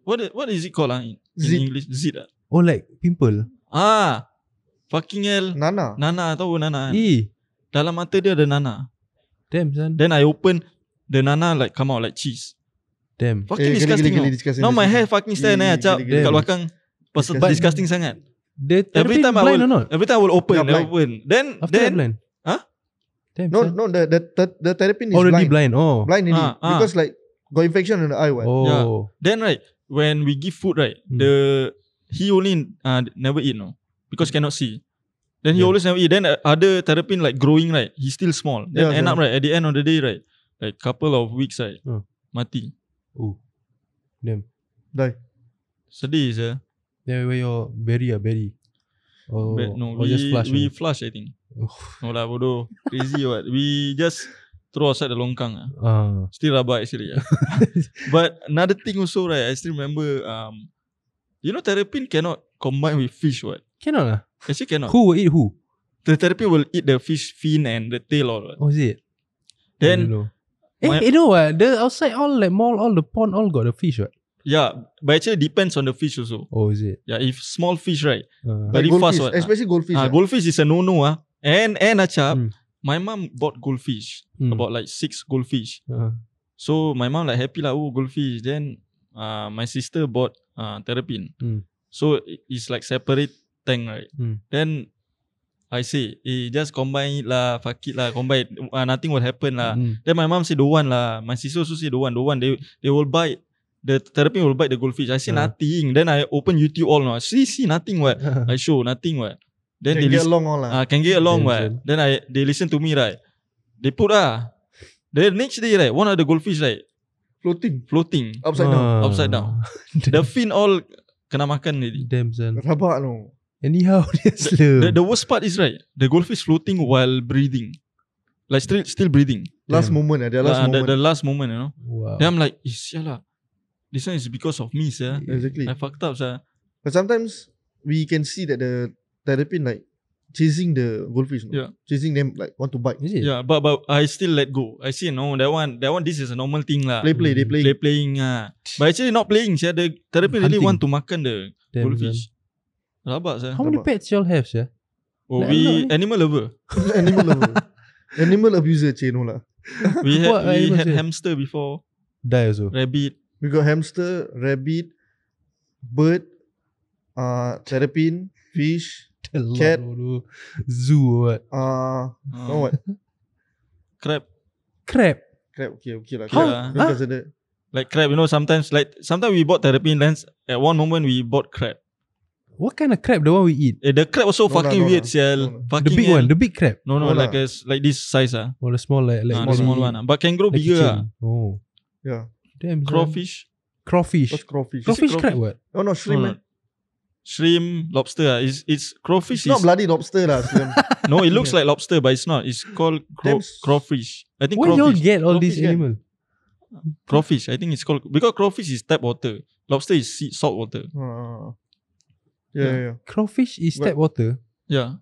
[SPEAKER 2] What i- What is it called ah in, in
[SPEAKER 1] Zit.
[SPEAKER 2] English Zit ah
[SPEAKER 3] Oh like pimple.
[SPEAKER 2] Ah Fucking hell
[SPEAKER 1] Nana
[SPEAKER 2] Nana tahu Nana kan?
[SPEAKER 3] Eh,
[SPEAKER 2] Dalam mata dia ada Nana
[SPEAKER 3] damn son.
[SPEAKER 2] Then I open the nana like come out like cheese.
[SPEAKER 3] Damn.
[SPEAKER 2] Fucking
[SPEAKER 1] Eh,
[SPEAKER 2] disgusting.
[SPEAKER 1] gila,
[SPEAKER 2] Gila,
[SPEAKER 1] disgusting
[SPEAKER 2] Now my
[SPEAKER 1] disgusting.
[SPEAKER 2] hair fucking stand
[SPEAKER 1] Gila,
[SPEAKER 2] eh, acap
[SPEAKER 1] gila,
[SPEAKER 3] gila.
[SPEAKER 2] kat belakang. Pasal
[SPEAKER 1] Disgusting.
[SPEAKER 2] disgusting sangat.
[SPEAKER 3] The
[SPEAKER 2] Every
[SPEAKER 3] therapy
[SPEAKER 2] time I
[SPEAKER 3] blind
[SPEAKER 2] will-
[SPEAKER 3] or not?
[SPEAKER 2] Every time I will open,
[SPEAKER 1] Yeah,
[SPEAKER 2] I
[SPEAKER 1] blind.
[SPEAKER 2] open. Then
[SPEAKER 3] After I
[SPEAKER 2] then
[SPEAKER 3] blind.
[SPEAKER 2] Huh?
[SPEAKER 3] Damn.
[SPEAKER 1] No
[SPEAKER 3] son.
[SPEAKER 1] no the the, the, the therapist is
[SPEAKER 3] Already
[SPEAKER 1] blind
[SPEAKER 3] blind. Oh.
[SPEAKER 1] Blind already
[SPEAKER 2] Ah, ah.
[SPEAKER 1] Because like Got infection in the eye what
[SPEAKER 2] Yeah.
[SPEAKER 3] Oh.
[SPEAKER 2] then right when we give food right
[SPEAKER 3] Hmm.
[SPEAKER 2] the he only uh, never eat no because cannot see. Then he
[SPEAKER 3] Yeah.
[SPEAKER 2] always never eat. Then uh, other therapin like growing right, he's still small. Then
[SPEAKER 1] Yeah,
[SPEAKER 2] end
[SPEAKER 1] yeah.
[SPEAKER 2] up right at the end of the day right, like couple of weeks right,
[SPEAKER 3] Hmm.
[SPEAKER 2] mati.
[SPEAKER 3] Oh. Damn.
[SPEAKER 1] Die
[SPEAKER 2] Sedih je.
[SPEAKER 3] Then where your berry ah berry. Oh.
[SPEAKER 2] But no,
[SPEAKER 3] or
[SPEAKER 2] we
[SPEAKER 3] just flush.
[SPEAKER 2] we
[SPEAKER 3] only.
[SPEAKER 2] flush I think.
[SPEAKER 3] Oh.
[SPEAKER 2] No lah bodoh Crazy *laughs* what We just Throw outside the longkang lah
[SPEAKER 3] Ah.
[SPEAKER 2] Still rabak actually
[SPEAKER 3] *laughs*
[SPEAKER 2] yeah. But another thing also right I still remember um, You know terrapin cannot Combine with fish what
[SPEAKER 3] Cannot lah.
[SPEAKER 2] Actually cannot
[SPEAKER 3] Who will eat who?
[SPEAKER 2] The terrapin will eat the fish fin And the tail all what.
[SPEAKER 3] Oh is it? I don't
[SPEAKER 2] Then
[SPEAKER 3] know. Eh,
[SPEAKER 2] my-
[SPEAKER 3] you know what? The outside all like mall, all the pond, all got the fish what?
[SPEAKER 2] Yeah But actually depends on the fish also
[SPEAKER 3] Oh, is it?
[SPEAKER 2] Yeah if small fish right
[SPEAKER 3] Uh,
[SPEAKER 2] Very
[SPEAKER 1] goldfish,
[SPEAKER 2] fast what
[SPEAKER 1] Especially goldfish
[SPEAKER 2] ah,
[SPEAKER 1] ah.
[SPEAKER 2] Goldfish is a no no ah. And and achap
[SPEAKER 3] Hmm.
[SPEAKER 2] My mum bought goldfish
[SPEAKER 3] mm,
[SPEAKER 2] About like six goldfish
[SPEAKER 3] uh,
[SPEAKER 2] So my mom like happy lah, oh goldfish. Then uh, my sister bought uh, terrapin.
[SPEAKER 1] Hmm.
[SPEAKER 3] Mm.
[SPEAKER 2] So i- it's like separate tank right.
[SPEAKER 3] Mm.
[SPEAKER 2] Then I say, eh just combine it lah, fuck it lah, combine. it. Uh, nothing will happen lah.
[SPEAKER 1] Hmm.
[SPEAKER 3] mm,
[SPEAKER 2] Then my mom say don't want lah. My sister also say don't want, don't want. They they will bite. The terrapin will bite the goldfish. I say
[SPEAKER 1] Hmm.
[SPEAKER 3] Uh.
[SPEAKER 2] nothing. Then I open YouTube all now. See see nothing what.
[SPEAKER 3] *laughs*
[SPEAKER 2] I show nothing what. Then
[SPEAKER 1] Can
[SPEAKER 2] they
[SPEAKER 1] get
[SPEAKER 2] listen
[SPEAKER 1] along all lah
[SPEAKER 2] Ah, can get along
[SPEAKER 3] Damn
[SPEAKER 2] what.
[SPEAKER 3] son.
[SPEAKER 2] Then I they listen to me right. They put ah. The next day right, one of the goldfish right
[SPEAKER 1] Floating
[SPEAKER 2] floating.
[SPEAKER 1] Upside down
[SPEAKER 3] Ah,
[SPEAKER 2] upside down. The fin all kena makan already.
[SPEAKER 3] Damn son.
[SPEAKER 1] Rabak no
[SPEAKER 3] Anyhow, *laughs* that's slow.
[SPEAKER 2] The, the worst part is right, the goldfish floating while breathing. Like still still breathing.
[SPEAKER 1] Last
[SPEAKER 3] Damn.
[SPEAKER 1] moment ah, Their last
[SPEAKER 2] Ah, the,
[SPEAKER 1] moment
[SPEAKER 2] the last moment, you know.
[SPEAKER 3] wow.
[SPEAKER 2] Then I'm like, eh, sia lah. This one is because of me, sir.
[SPEAKER 1] Exactly
[SPEAKER 2] I fucked up, sir.
[SPEAKER 1] But sometimes we can see that the terrapin like chasing the goldfish, no?
[SPEAKER 2] Yeah.
[SPEAKER 1] chasing them like want to bite.
[SPEAKER 3] Is it?
[SPEAKER 2] Yeah, but but I still let go. I see, no, that one, that one, this is a normal thing lah.
[SPEAKER 1] Play play, they play.
[SPEAKER 2] Play playing ah. But actually not playing, sir. The therapy really
[SPEAKER 3] Hunting.
[SPEAKER 2] want to makan the
[SPEAKER 3] Damn, son.
[SPEAKER 2] goldfish. Rabak, sir.
[SPEAKER 3] How many
[SPEAKER 1] Rabak.
[SPEAKER 3] pets y'all have, yeah?
[SPEAKER 2] Oh,
[SPEAKER 3] Like a lot,
[SPEAKER 2] we
[SPEAKER 3] eh?
[SPEAKER 2] animal lover.
[SPEAKER 1] animal
[SPEAKER 2] *laughs*
[SPEAKER 1] lover. animal abuser, cik, no lah.
[SPEAKER 2] We had
[SPEAKER 3] What
[SPEAKER 2] we
[SPEAKER 3] animals
[SPEAKER 2] had
[SPEAKER 3] you have?
[SPEAKER 2] hamster before,
[SPEAKER 3] Die also.
[SPEAKER 2] rabbit.
[SPEAKER 1] We got hamster, rabbit, bird, uh, terrapin, fish,
[SPEAKER 3] A lot,
[SPEAKER 1] Cat.
[SPEAKER 3] bodoh. Zoo or what?
[SPEAKER 1] uh,
[SPEAKER 2] Uh,
[SPEAKER 1] know what?
[SPEAKER 2] Crab.
[SPEAKER 3] Crab.
[SPEAKER 1] Crab okay, okay lah.
[SPEAKER 2] How?
[SPEAKER 1] Crab, don't
[SPEAKER 2] Huh?
[SPEAKER 1] consider.
[SPEAKER 2] Like crab, you know, sometimes like sometimes we bought therapy lens. At one moment we bought crab.
[SPEAKER 3] What kind of crab the one we eat?
[SPEAKER 2] Eh, the crab was so
[SPEAKER 1] No lah,
[SPEAKER 2] fucking
[SPEAKER 1] no
[SPEAKER 2] weird,
[SPEAKER 1] lah.
[SPEAKER 2] sial.
[SPEAKER 1] No lah.
[SPEAKER 2] Fucking
[SPEAKER 3] The big
[SPEAKER 2] hell.
[SPEAKER 3] one, the big crab
[SPEAKER 2] No,
[SPEAKER 1] No
[SPEAKER 2] no, like a, s- like this size ah.
[SPEAKER 3] or the small like, like
[SPEAKER 1] the
[SPEAKER 2] ah, the
[SPEAKER 3] very-
[SPEAKER 2] small one ah. But can grow
[SPEAKER 3] like
[SPEAKER 2] bigger ah.
[SPEAKER 3] kitchen. Oh,
[SPEAKER 1] Yeah.
[SPEAKER 3] damn. son.
[SPEAKER 2] Crawfish,
[SPEAKER 3] crawfish,
[SPEAKER 1] What's crawfish?
[SPEAKER 3] crawfish
[SPEAKER 2] crawfish?
[SPEAKER 3] crab. What?
[SPEAKER 1] Oh no, shrimp.
[SPEAKER 2] No,
[SPEAKER 1] No,
[SPEAKER 2] no. shrimp, lobster ah. It's it's crawfish
[SPEAKER 1] It's not
[SPEAKER 2] is
[SPEAKER 1] bloody lobster lah.
[SPEAKER 2] *laughs*
[SPEAKER 1] Ah, Slim.
[SPEAKER 2] no, it looks like lobster, but it's not. It's called craw-
[SPEAKER 1] Damn s-
[SPEAKER 2] crawfish. I think
[SPEAKER 3] Where y'all
[SPEAKER 2] crawfish.
[SPEAKER 3] get all these
[SPEAKER 1] Crawfish kan?
[SPEAKER 3] animal?
[SPEAKER 2] Crawfish. I think it's called because crawfish is tap water. Lobster is sea, salt water.
[SPEAKER 1] Ah. yeah, yeah, yeah.
[SPEAKER 3] Crawfish is
[SPEAKER 1] What?
[SPEAKER 3] tap water.
[SPEAKER 2] Yeah.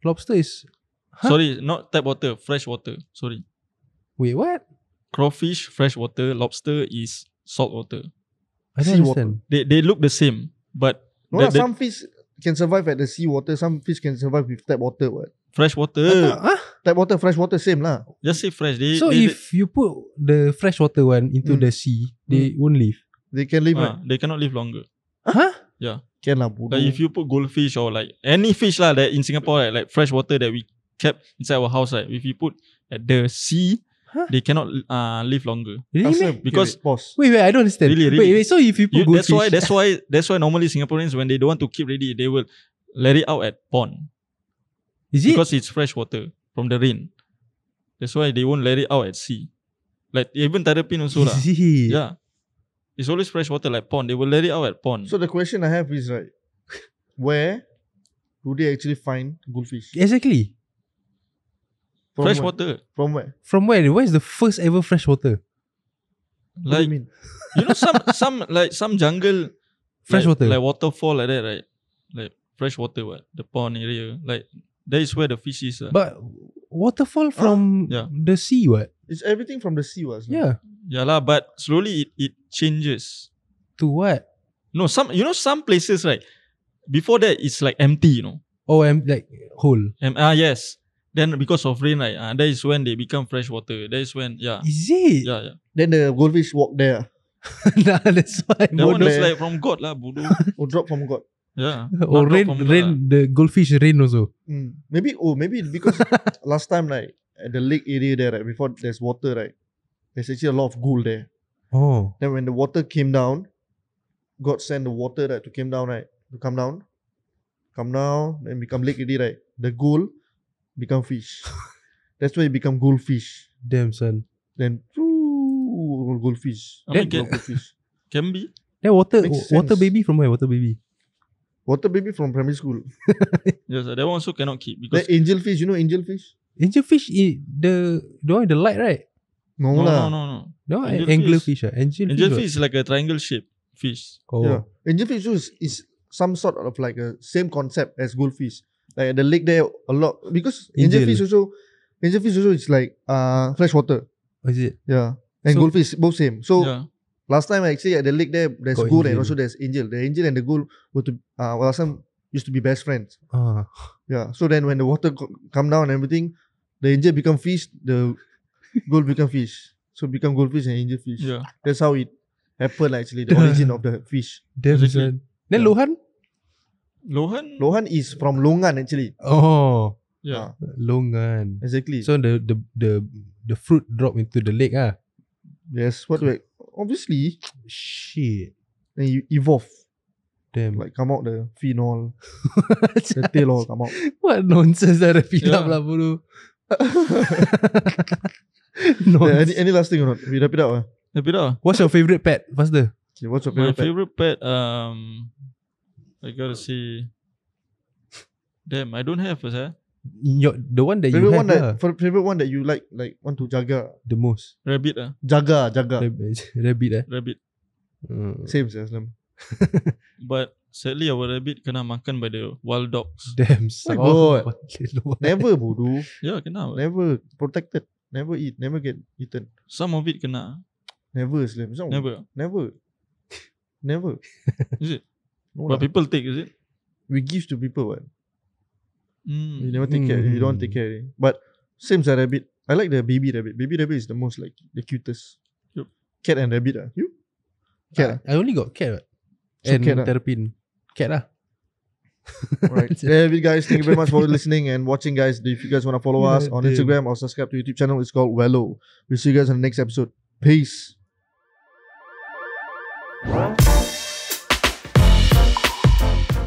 [SPEAKER 3] Lobster is Huh?
[SPEAKER 2] Sorry, not tap water. Fresh water. Sorry.
[SPEAKER 3] wait what?
[SPEAKER 2] Crawfish, fresh water. Lobster is salt water.
[SPEAKER 3] I
[SPEAKER 1] Sea
[SPEAKER 3] don't
[SPEAKER 1] water.
[SPEAKER 3] understand.
[SPEAKER 2] They they look the same, but
[SPEAKER 1] No, lah,
[SPEAKER 2] the, the
[SPEAKER 1] some fish can survive at the sea water. Some fish can survive with tap water. What?
[SPEAKER 2] fresh water.
[SPEAKER 3] Ah,
[SPEAKER 1] Tap water, fresh water, same lah.
[SPEAKER 2] Just say fresh. Uh, They,
[SPEAKER 3] so
[SPEAKER 2] they,
[SPEAKER 3] if you put the freshwater one
[SPEAKER 1] Mm.
[SPEAKER 3] into the sea, they won't live.
[SPEAKER 1] They can live.
[SPEAKER 2] they,
[SPEAKER 1] right?
[SPEAKER 2] ah, they cannot live longer.
[SPEAKER 3] Huh?
[SPEAKER 1] Can lah, bodoh.
[SPEAKER 3] Oh.
[SPEAKER 2] Like if you put goldfish or like any fish lah that in Singapore right, like fresh water that we kept inside our house right, if you put at the sea,
[SPEAKER 3] Huh?
[SPEAKER 2] they cannot uh, live longer.
[SPEAKER 3] Really?
[SPEAKER 1] Asal,
[SPEAKER 3] meh?
[SPEAKER 2] Because-
[SPEAKER 1] wait, pause.
[SPEAKER 3] Wait, wait, I don't understand.
[SPEAKER 2] Really,
[SPEAKER 3] Wait,
[SPEAKER 2] really.
[SPEAKER 3] wait, so if you
[SPEAKER 2] You,
[SPEAKER 3] put goldfish,
[SPEAKER 2] that's why that's why that's why normally Singaporeans when they don't want to keep ready, they will let it out at pond
[SPEAKER 3] is it?
[SPEAKER 2] because it's fresh water from the rain. That's why they won't let it out at sea. Like even terrapin also lah.
[SPEAKER 3] Is it?
[SPEAKER 2] Yeah. It's always fresh water like pond. They will let it out at pond.
[SPEAKER 1] So the question I have is right, *laughs* where do they actually find goldfish?
[SPEAKER 3] Exactly.
[SPEAKER 1] From
[SPEAKER 2] fresh
[SPEAKER 1] where?
[SPEAKER 2] water.
[SPEAKER 1] From where?
[SPEAKER 3] From where? Where is the first ever freshwater?
[SPEAKER 1] What do
[SPEAKER 2] Like
[SPEAKER 1] you mean?
[SPEAKER 2] you know some some like some jungle
[SPEAKER 3] Fresh
[SPEAKER 2] like,
[SPEAKER 3] water.
[SPEAKER 2] like waterfall like that right like fresh water what the pond area like that is where the fish is uh.
[SPEAKER 3] But waterfall from
[SPEAKER 2] Ah, yeah.
[SPEAKER 3] the sea, what?
[SPEAKER 1] It's everything from the sea, was
[SPEAKER 3] Yeah.
[SPEAKER 2] yeah lah but slowly it, it changes
[SPEAKER 3] To what?
[SPEAKER 2] no some you know some places right before that it's like empty you know
[SPEAKER 3] Oh, I'm like hole.
[SPEAKER 2] um, ah yes then because of rain right ah, that is when they become fresh water that is when yeah
[SPEAKER 3] Is it?
[SPEAKER 2] Ah. yeah yeah
[SPEAKER 1] Then the goldfish walk there.
[SPEAKER 3] *laughs* nah, that's why.
[SPEAKER 2] that one is
[SPEAKER 1] Boleh.
[SPEAKER 2] like from God lah bodoh
[SPEAKER 1] or drop from God.
[SPEAKER 2] yeah
[SPEAKER 3] Or
[SPEAKER 2] Not
[SPEAKER 3] Oh, rain,
[SPEAKER 2] from God
[SPEAKER 3] rain.
[SPEAKER 2] lah.
[SPEAKER 3] The goldfish rain also.
[SPEAKER 1] Mm. Maybe oh maybe
[SPEAKER 2] *laughs*
[SPEAKER 1] because last time like at the lake area there right before there's water right there's actually a lot of gold there.
[SPEAKER 3] Oh,
[SPEAKER 1] Then when the water came down, God sent the water right to came down right to come down, come down then become lake area right. The gold become
[SPEAKER 2] *laughs*
[SPEAKER 1] fish. That's why it become goldfish.
[SPEAKER 3] damn son.
[SPEAKER 1] Then ooh, goldfish.
[SPEAKER 2] I mean,
[SPEAKER 3] That-
[SPEAKER 2] can,
[SPEAKER 1] Goldfish.
[SPEAKER 2] can be
[SPEAKER 3] Then water,
[SPEAKER 1] Makes
[SPEAKER 3] water
[SPEAKER 1] sense.
[SPEAKER 3] baby from where? Water baby.
[SPEAKER 1] Water baby from primary school.
[SPEAKER 2] yes ah, that one also cannot keep because
[SPEAKER 1] The angel fish, you know angel fish?
[SPEAKER 3] Angelfish, i- the the one with the light, right?
[SPEAKER 1] No,
[SPEAKER 2] no
[SPEAKER 1] lah.
[SPEAKER 2] no no no
[SPEAKER 3] No,
[SPEAKER 2] Angelfish.
[SPEAKER 3] anglerfish. ah. Angelfish.
[SPEAKER 2] Angelfish
[SPEAKER 3] what?
[SPEAKER 2] is like a triangle shaped fish.
[SPEAKER 3] Oh,
[SPEAKER 1] Yeah. Angelfish is, is some sort of like a same concept as goldfish. Like at the lake there a lot because
[SPEAKER 3] Angel.
[SPEAKER 1] angelfish also angelfish also is like uh freshwater.
[SPEAKER 3] is it?
[SPEAKER 1] Yeah. And
[SPEAKER 3] So-
[SPEAKER 1] goldfish both same.
[SPEAKER 3] Oh.
[SPEAKER 1] So
[SPEAKER 2] yeah.
[SPEAKER 1] last time actually at the lake there there's
[SPEAKER 3] Got
[SPEAKER 1] gold and
[SPEAKER 3] angel.
[SPEAKER 1] also there's angel. The angel and the gold were to uh well, last time used to be best friends.
[SPEAKER 3] Ah,
[SPEAKER 1] Yeah. So then when the water co- come down and everything, the angel become fish, the gold become fish. So become goldfish and angel fish.
[SPEAKER 2] Yeah.
[SPEAKER 1] That's how it happened actually,
[SPEAKER 3] *laughs*
[SPEAKER 1] the origin of the fish.
[SPEAKER 3] damn
[SPEAKER 2] Exactly.
[SPEAKER 3] son. Then
[SPEAKER 1] Yeah.
[SPEAKER 3] Lohan?
[SPEAKER 2] Lohan?
[SPEAKER 1] Lohan is from Longan actually.
[SPEAKER 3] Oh,
[SPEAKER 2] yeah.
[SPEAKER 1] Ah,
[SPEAKER 3] Longan.
[SPEAKER 1] exactly.
[SPEAKER 3] So the the the the fruit drop into the lake ah.
[SPEAKER 1] yes, what do I, obviously
[SPEAKER 3] Shit.
[SPEAKER 1] then you evolve.
[SPEAKER 3] Damn. *laughs*
[SPEAKER 1] Like come out the phenol, the tail all come out.
[SPEAKER 2] *laughs*
[SPEAKER 3] what nonsense that the fill up
[SPEAKER 2] Yeah.
[SPEAKER 3] lah
[SPEAKER 1] *laughs*
[SPEAKER 3] bro.
[SPEAKER 1] Yeah,
[SPEAKER 3] Nonsense.
[SPEAKER 1] any, any last thing or not? We wrap it up. ah.
[SPEAKER 2] Wrap it up.
[SPEAKER 3] What's your favorite pet? Faster.
[SPEAKER 1] Okay, what's your
[SPEAKER 2] My
[SPEAKER 1] favorite? pet?
[SPEAKER 2] favorite pet, um I gotta say. Damn, I don't have uh,
[SPEAKER 3] Your the one that
[SPEAKER 1] Favorite,
[SPEAKER 3] you have
[SPEAKER 1] one that
[SPEAKER 3] lah,
[SPEAKER 1] for favorite one that you like like want to jaga
[SPEAKER 3] the most.
[SPEAKER 2] rabbit uh,
[SPEAKER 1] jaga jaga
[SPEAKER 3] Rabbit, *laughs* rabbit eh.
[SPEAKER 2] rabbit.
[SPEAKER 3] Hmm.
[SPEAKER 1] same as them.
[SPEAKER 2] But sadly our rabbit kena makan by the wild dogs.
[SPEAKER 3] Damn son. *laughs*
[SPEAKER 1] God.
[SPEAKER 3] Oh,
[SPEAKER 1] Never bodoh,
[SPEAKER 2] Yeah, kena. apa.
[SPEAKER 1] never protected, never eat, never get eaten,
[SPEAKER 2] Some of it kena.
[SPEAKER 1] never Islam. It's
[SPEAKER 3] Oh.
[SPEAKER 1] not-
[SPEAKER 2] Never. *laughs*
[SPEAKER 1] never, never.
[SPEAKER 2] Is it?
[SPEAKER 3] Oh.
[SPEAKER 1] No
[SPEAKER 2] But
[SPEAKER 1] lah.
[SPEAKER 2] people take, is it?
[SPEAKER 1] we give to people. What? You
[SPEAKER 2] Mm.
[SPEAKER 1] never take care. You don't take
[SPEAKER 3] Mm.
[SPEAKER 1] care. already. But same as a rabbit. I like the baby rabbit. Baby rabbit is the most like the cutest.
[SPEAKER 2] Yup.
[SPEAKER 1] Cat and rabbit. Ah, You? Cat. ah?
[SPEAKER 3] I, I only got cat. what?
[SPEAKER 1] So
[SPEAKER 3] and ah.
[SPEAKER 1] cat ah. lah.
[SPEAKER 3] terrapin. Cat lah.
[SPEAKER 1] Alright. there we guys. Thank you very much *laughs* for listening and watching, guys. If you guys want to follow us on
[SPEAKER 3] Goddamn.
[SPEAKER 1] Instagram or subscribe to YouTube channel, it's called Wello. We'll see you guys on the next episode. Peace.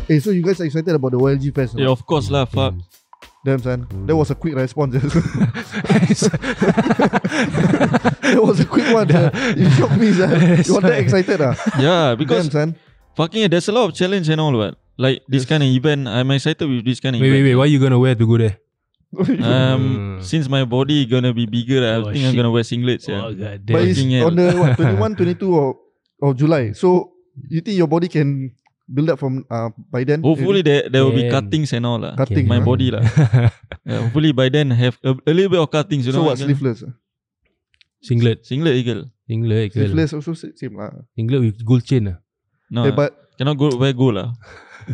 [SPEAKER 1] Hey, so you guys are excited about the OLG Fest? or
[SPEAKER 2] Yeah,
[SPEAKER 1] not?
[SPEAKER 2] of course lah.
[SPEAKER 3] *laughs*
[SPEAKER 2] Fuck.
[SPEAKER 1] Damn, son. That was a quick response. *laughs* that was a quick one. son. You shocked me, son. You were that excited, ah?
[SPEAKER 2] yeah, *laughs* because
[SPEAKER 1] Damn, son.
[SPEAKER 2] fucking yeah, there's a lot of challenge and all, but like this kind of event, I'm excited with this kind of
[SPEAKER 3] Wait, wait,
[SPEAKER 2] event.
[SPEAKER 3] wait. What are you gonna wear to go there?
[SPEAKER 2] Um,
[SPEAKER 3] Mm.
[SPEAKER 2] since my body gonna be bigger, I
[SPEAKER 3] Oh,
[SPEAKER 2] think I'm
[SPEAKER 3] shit.
[SPEAKER 2] gonna wear singlets. Yeah.
[SPEAKER 3] Oh god
[SPEAKER 1] *laughs* But
[SPEAKER 3] damn.
[SPEAKER 1] it's
[SPEAKER 2] Fucking hell.
[SPEAKER 1] on the
[SPEAKER 2] *laughs*
[SPEAKER 1] what, 21, 22 of, of July. So you think your body can build up from uh, by then?
[SPEAKER 2] Hopefully there there will be
[SPEAKER 3] Damn.
[SPEAKER 2] cuttings and all lah.
[SPEAKER 1] Cutting,
[SPEAKER 2] My
[SPEAKER 1] huh?
[SPEAKER 2] body
[SPEAKER 3] *laughs*
[SPEAKER 2] lah. Yeah, hopefully by then have a, a little bit of cuttings. You
[SPEAKER 1] so
[SPEAKER 2] know
[SPEAKER 1] what?
[SPEAKER 2] I'm gonna-
[SPEAKER 1] Sleeveless. ah?
[SPEAKER 3] Singlet,
[SPEAKER 2] Singlet eagle.
[SPEAKER 3] singlet, girl.
[SPEAKER 1] Sleeveless also sa- same lah.
[SPEAKER 3] singlet with gold chain. Ah.
[SPEAKER 2] No,
[SPEAKER 1] Eh, but
[SPEAKER 2] cannot go wear gold lah.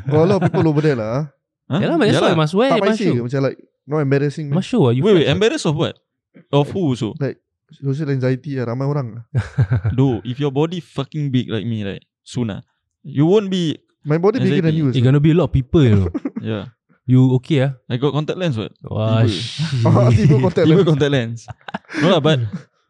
[SPEAKER 1] got a lot of people over there lah. ah.
[SPEAKER 2] Huh?
[SPEAKER 3] Yeah, lah, man, that's why must wear.
[SPEAKER 1] Tak
[SPEAKER 3] Must
[SPEAKER 1] paiseh ke?
[SPEAKER 3] show.
[SPEAKER 1] Macam like not embarrassing. man.
[SPEAKER 3] Must show. ah, You
[SPEAKER 2] Wait, eh, wait,
[SPEAKER 3] flex,
[SPEAKER 2] embarrassed of what? Of who so?
[SPEAKER 1] Social anxiety lah. Ramai orang. ah.
[SPEAKER 2] Do if your body fucking big like me, right? Soon ah, you won't be.
[SPEAKER 1] My body bigger than
[SPEAKER 2] Anxiety.
[SPEAKER 1] you.
[SPEAKER 3] ah. It's
[SPEAKER 1] sir.
[SPEAKER 3] gonna be a lot of people. You know.
[SPEAKER 2] *laughs* Yeah,
[SPEAKER 3] You okay ah?
[SPEAKER 2] I got contact lens. What?
[SPEAKER 3] Wah,
[SPEAKER 2] Tiba. *laughs*
[SPEAKER 3] shit.
[SPEAKER 1] *laughs* Ah, tiba contact
[SPEAKER 2] Even
[SPEAKER 1] lens.
[SPEAKER 2] contact lens. no lah, but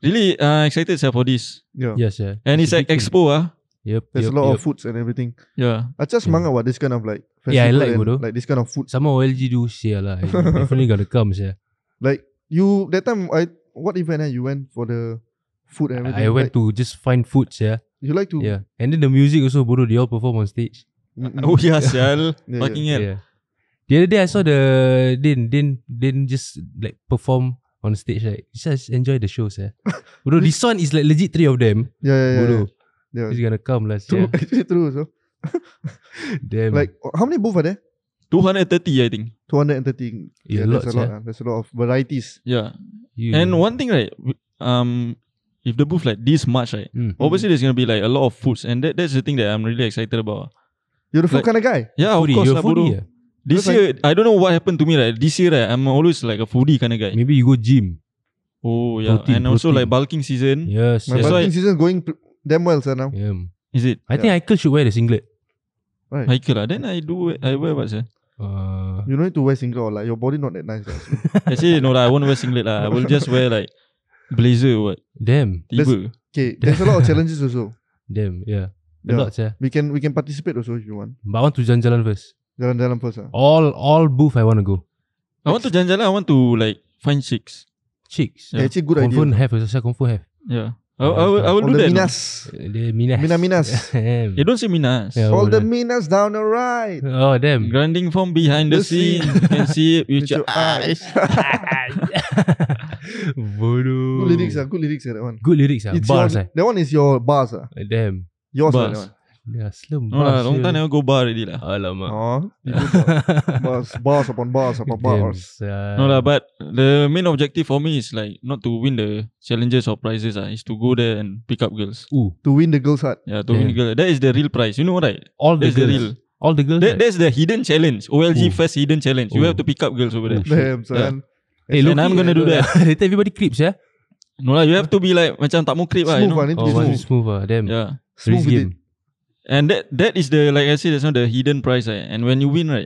[SPEAKER 2] really uh, excited sia for this.
[SPEAKER 1] Yeah.
[SPEAKER 3] Yes, yeah.
[SPEAKER 2] And it's
[SPEAKER 3] a
[SPEAKER 2] like
[SPEAKER 3] big thing.
[SPEAKER 2] expo ah.
[SPEAKER 3] Yep,
[SPEAKER 1] There's
[SPEAKER 3] yep,
[SPEAKER 1] a lot
[SPEAKER 3] yep.
[SPEAKER 1] of foods and everything.
[SPEAKER 2] Yeah.
[SPEAKER 1] I just
[SPEAKER 3] Yeah.
[SPEAKER 1] semangat what this kind of like festival
[SPEAKER 3] Hmm. Yeah, I
[SPEAKER 1] and,
[SPEAKER 3] like, bodoh.
[SPEAKER 1] like this kind of food.
[SPEAKER 3] Sama OLG do
[SPEAKER 1] *laughs*
[SPEAKER 3] share lah. You definitely gotta come share.
[SPEAKER 1] Like you that time I what event eh, you went for the food and everything?
[SPEAKER 3] I went
[SPEAKER 1] like,
[SPEAKER 3] to just find food share.
[SPEAKER 1] you like to
[SPEAKER 3] Yeah. And then the music also bodoh they all perform on stage.
[SPEAKER 1] Mm, mm.
[SPEAKER 2] Oh yeah, *laughs* sial.
[SPEAKER 1] Yeah,
[SPEAKER 2] Fucking hell.
[SPEAKER 3] Yeah. The other day I saw the Din Din Din just like perform on stage right. Just enjoy the shows
[SPEAKER 1] *laughs*
[SPEAKER 3] yeah. Bro, this one is like legit three of them.
[SPEAKER 1] yeah, yeah, yeah,
[SPEAKER 3] Bodoh.
[SPEAKER 1] yeah.
[SPEAKER 3] He's gonna come lah.
[SPEAKER 1] *laughs* True,
[SPEAKER 3] Yeah.
[SPEAKER 1] actually true. So
[SPEAKER 3] Damn.
[SPEAKER 1] like how many booths are there?
[SPEAKER 2] 230 I think.
[SPEAKER 1] 230.
[SPEAKER 3] Yeah,
[SPEAKER 1] that's
[SPEAKER 3] lots,
[SPEAKER 1] a lot.
[SPEAKER 3] yeah.
[SPEAKER 1] ah. There's a lot of varieties.
[SPEAKER 2] Yeah.
[SPEAKER 3] you,
[SPEAKER 2] And one thing right, w- um, if the booth like this much right,
[SPEAKER 3] Mm.
[SPEAKER 2] obviously there's gonna be like a lot of foods, and that, that's the thing that I'm really excited about.
[SPEAKER 1] You're the food
[SPEAKER 2] Like-
[SPEAKER 1] kind of guy.
[SPEAKER 2] Yeah,
[SPEAKER 3] Foodie,
[SPEAKER 2] of course,
[SPEAKER 3] you're
[SPEAKER 2] lah,
[SPEAKER 3] foodie, eh?
[SPEAKER 2] bodoh.
[SPEAKER 3] yeah.
[SPEAKER 2] This
[SPEAKER 1] Because
[SPEAKER 2] year, I don't know what happened to me right. This year right, I'm always like a foodie kind of guy.
[SPEAKER 3] Maybe you go gym.
[SPEAKER 2] Oh yeah,
[SPEAKER 3] Protein,
[SPEAKER 2] and also
[SPEAKER 3] protein.
[SPEAKER 2] like bulking season.
[SPEAKER 3] Yes.
[SPEAKER 1] My
[SPEAKER 2] That's
[SPEAKER 3] Yeah.
[SPEAKER 2] why-
[SPEAKER 1] bulking season going pl- damn well, sir. Now
[SPEAKER 3] Yeah.
[SPEAKER 2] Is it?
[SPEAKER 3] I think Michael should wear the singlet.
[SPEAKER 2] Michael lah. Then I do I wear what sir?
[SPEAKER 3] Uh,
[SPEAKER 1] you don't need to wear singlet. Or, like your body not that nice. ah. lah. So,
[SPEAKER 2] Actually no lah. I won't wear singlet lah. I will just wear like blazer or what.
[SPEAKER 3] damn.
[SPEAKER 2] Tiba.
[SPEAKER 1] okay,
[SPEAKER 3] *laughs*
[SPEAKER 1] there's a lot of challenges also.
[SPEAKER 3] Damn. Yeah. A
[SPEAKER 1] Yeah.
[SPEAKER 3] lot, yeah.
[SPEAKER 1] We can we can participate also if you want.
[SPEAKER 3] But I want to jalan-jalan first.
[SPEAKER 1] Jalan-jalan first. ah.
[SPEAKER 3] All all booth I want to go.
[SPEAKER 2] I want to jalan-jalan. I want to like find chicks.
[SPEAKER 3] Chicks.
[SPEAKER 1] Yeah,
[SPEAKER 2] Yeah.
[SPEAKER 1] actually good idea.
[SPEAKER 3] confirm have. Saya confirm have.
[SPEAKER 2] Yeah. I, I will, I will
[SPEAKER 1] All
[SPEAKER 2] do
[SPEAKER 1] the
[SPEAKER 2] that. no?
[SPEAKER 1] Minas.
[SPEAKER 3] Uh, The minas.
[SPEAKER 1] Mina Minas.
[SPEAKER 3] *laughs* Damn.
[SPEAKER 2] You don't say Minas.
[SPEAKER 3] Yeah,
[SPEAKER 1] All
[SPEAKER 3] well
[SPEAKER 1] the
[SPEAKER 3] done.
[SPEAKER 1] Minas down the right.
[SPEAKER 3] Oh damn.
[SPEAKER 2] Grinding from behind the,
[SPEAKER 1] The
[SPEAKER 2] scene.
[SPEAKER 1] scene.
[SPEAKER 2] you can see it with
[SPEAKER 1] With your
[SPEAKER 2] your eyes.
[SPEAKER 3] Bodoh.
[SPEAKER 1] Good lyrics, ah, good lyrics, ah, that one.
[SPEAKER 3] Good lyrics ah.
[SPEAKER 1] It's
[SPEAKER 3] Bars
[SPEAKER 1] your,
[SPEAKER 3] ah.
[SPEAKER 1] That one is your bars, ah.
[SPEAKER 3] Damn.
[SPEAKER 1] Yours, ah,
[SPEAKER 2] eh. Bars.
[SPEAKER 1] that one.
[SPEAKER 3] Yeah, slim
[SPEAKER 2] No lah,
[SPEAKER 3] bars.
[SPEAKER 2] long time
[SPEAKER 3] yeah.
[SPEAKER 2] never go bar already
[SPEAKER 3] Ah.
[SPEAKER 2] lah.
[SPEAKER 3] Alamak.
[SPEAKER 1] Oh,
[SPEAKER 2] *laughs*
[SPEAKER 1] bars, bars upon bars upon
[SPEAKER 3] Damn,
[SPEAKER 1] Oh, bars.
[SPEAKER 3] son.
[SPEAKER 2] No lah, but the main objective for me is like not to win the challenges or prizes ah, is to go there and pick up girls.
[SPEAKER 3] Ooh,
[SPEAKER 1] To win the girl's heart.
[SPEAKER 2] Yeah, to win
[SPEAKER 3] Yeah.
[SPEAKER 2] girl. That is the real prize. You know right?
[SPEAKER 3] all the
[SPEAKER 2] That's the
[SPEAKER 3] girls.
[SPEAKER 2] real.
[SPEAKER 3] All the girls. ah.
[SPEAKER 2] That,
[SPEAKER 3] right?
[SPEAKER 2] that's the hidden challenge. OLG
[SPEAKER 3] Ooh.
[SPEAKER 2] first hidden challenge. You
[SPEAKER 3] Ooh.
[SPEAKER 2] have to pick up girls over there.
[SPEAKER 3] Ooh.
[SPEAKER 1] Damn,
[SPEAKER 2] Yeah.
[SPEAKER 1] son.
[SPEAKER 3] hey,
[SPEAKER 2] and I'm gonna do that.
[SPEAKER 3] *laughs* Later everybody creeps yeah.
[SPEAKER 2] No lah, you have to be like macam tak mau creep lah. You
[SPEAKER 1] Smooth, ah,
[SPEAKER 2] know?
[SPEAKER 1] need to
[SPEAKER 3] Oh,
[SPEAKER 1] be
[SPEAKER 3] want to
[SPEAKER 1] smooth.
[SPEAKER 3] smooth ah. Damn.
[SPEAKER 2] Yeah.
[SPEAKER 1] Smooth
[SPEAKER 3] Race
[SPEAKER 1] with
[SPEAKER 3] game.
[SPEAKER 2] And that that is the like I said, that's not the hidden prize. Eh? And when you win, right?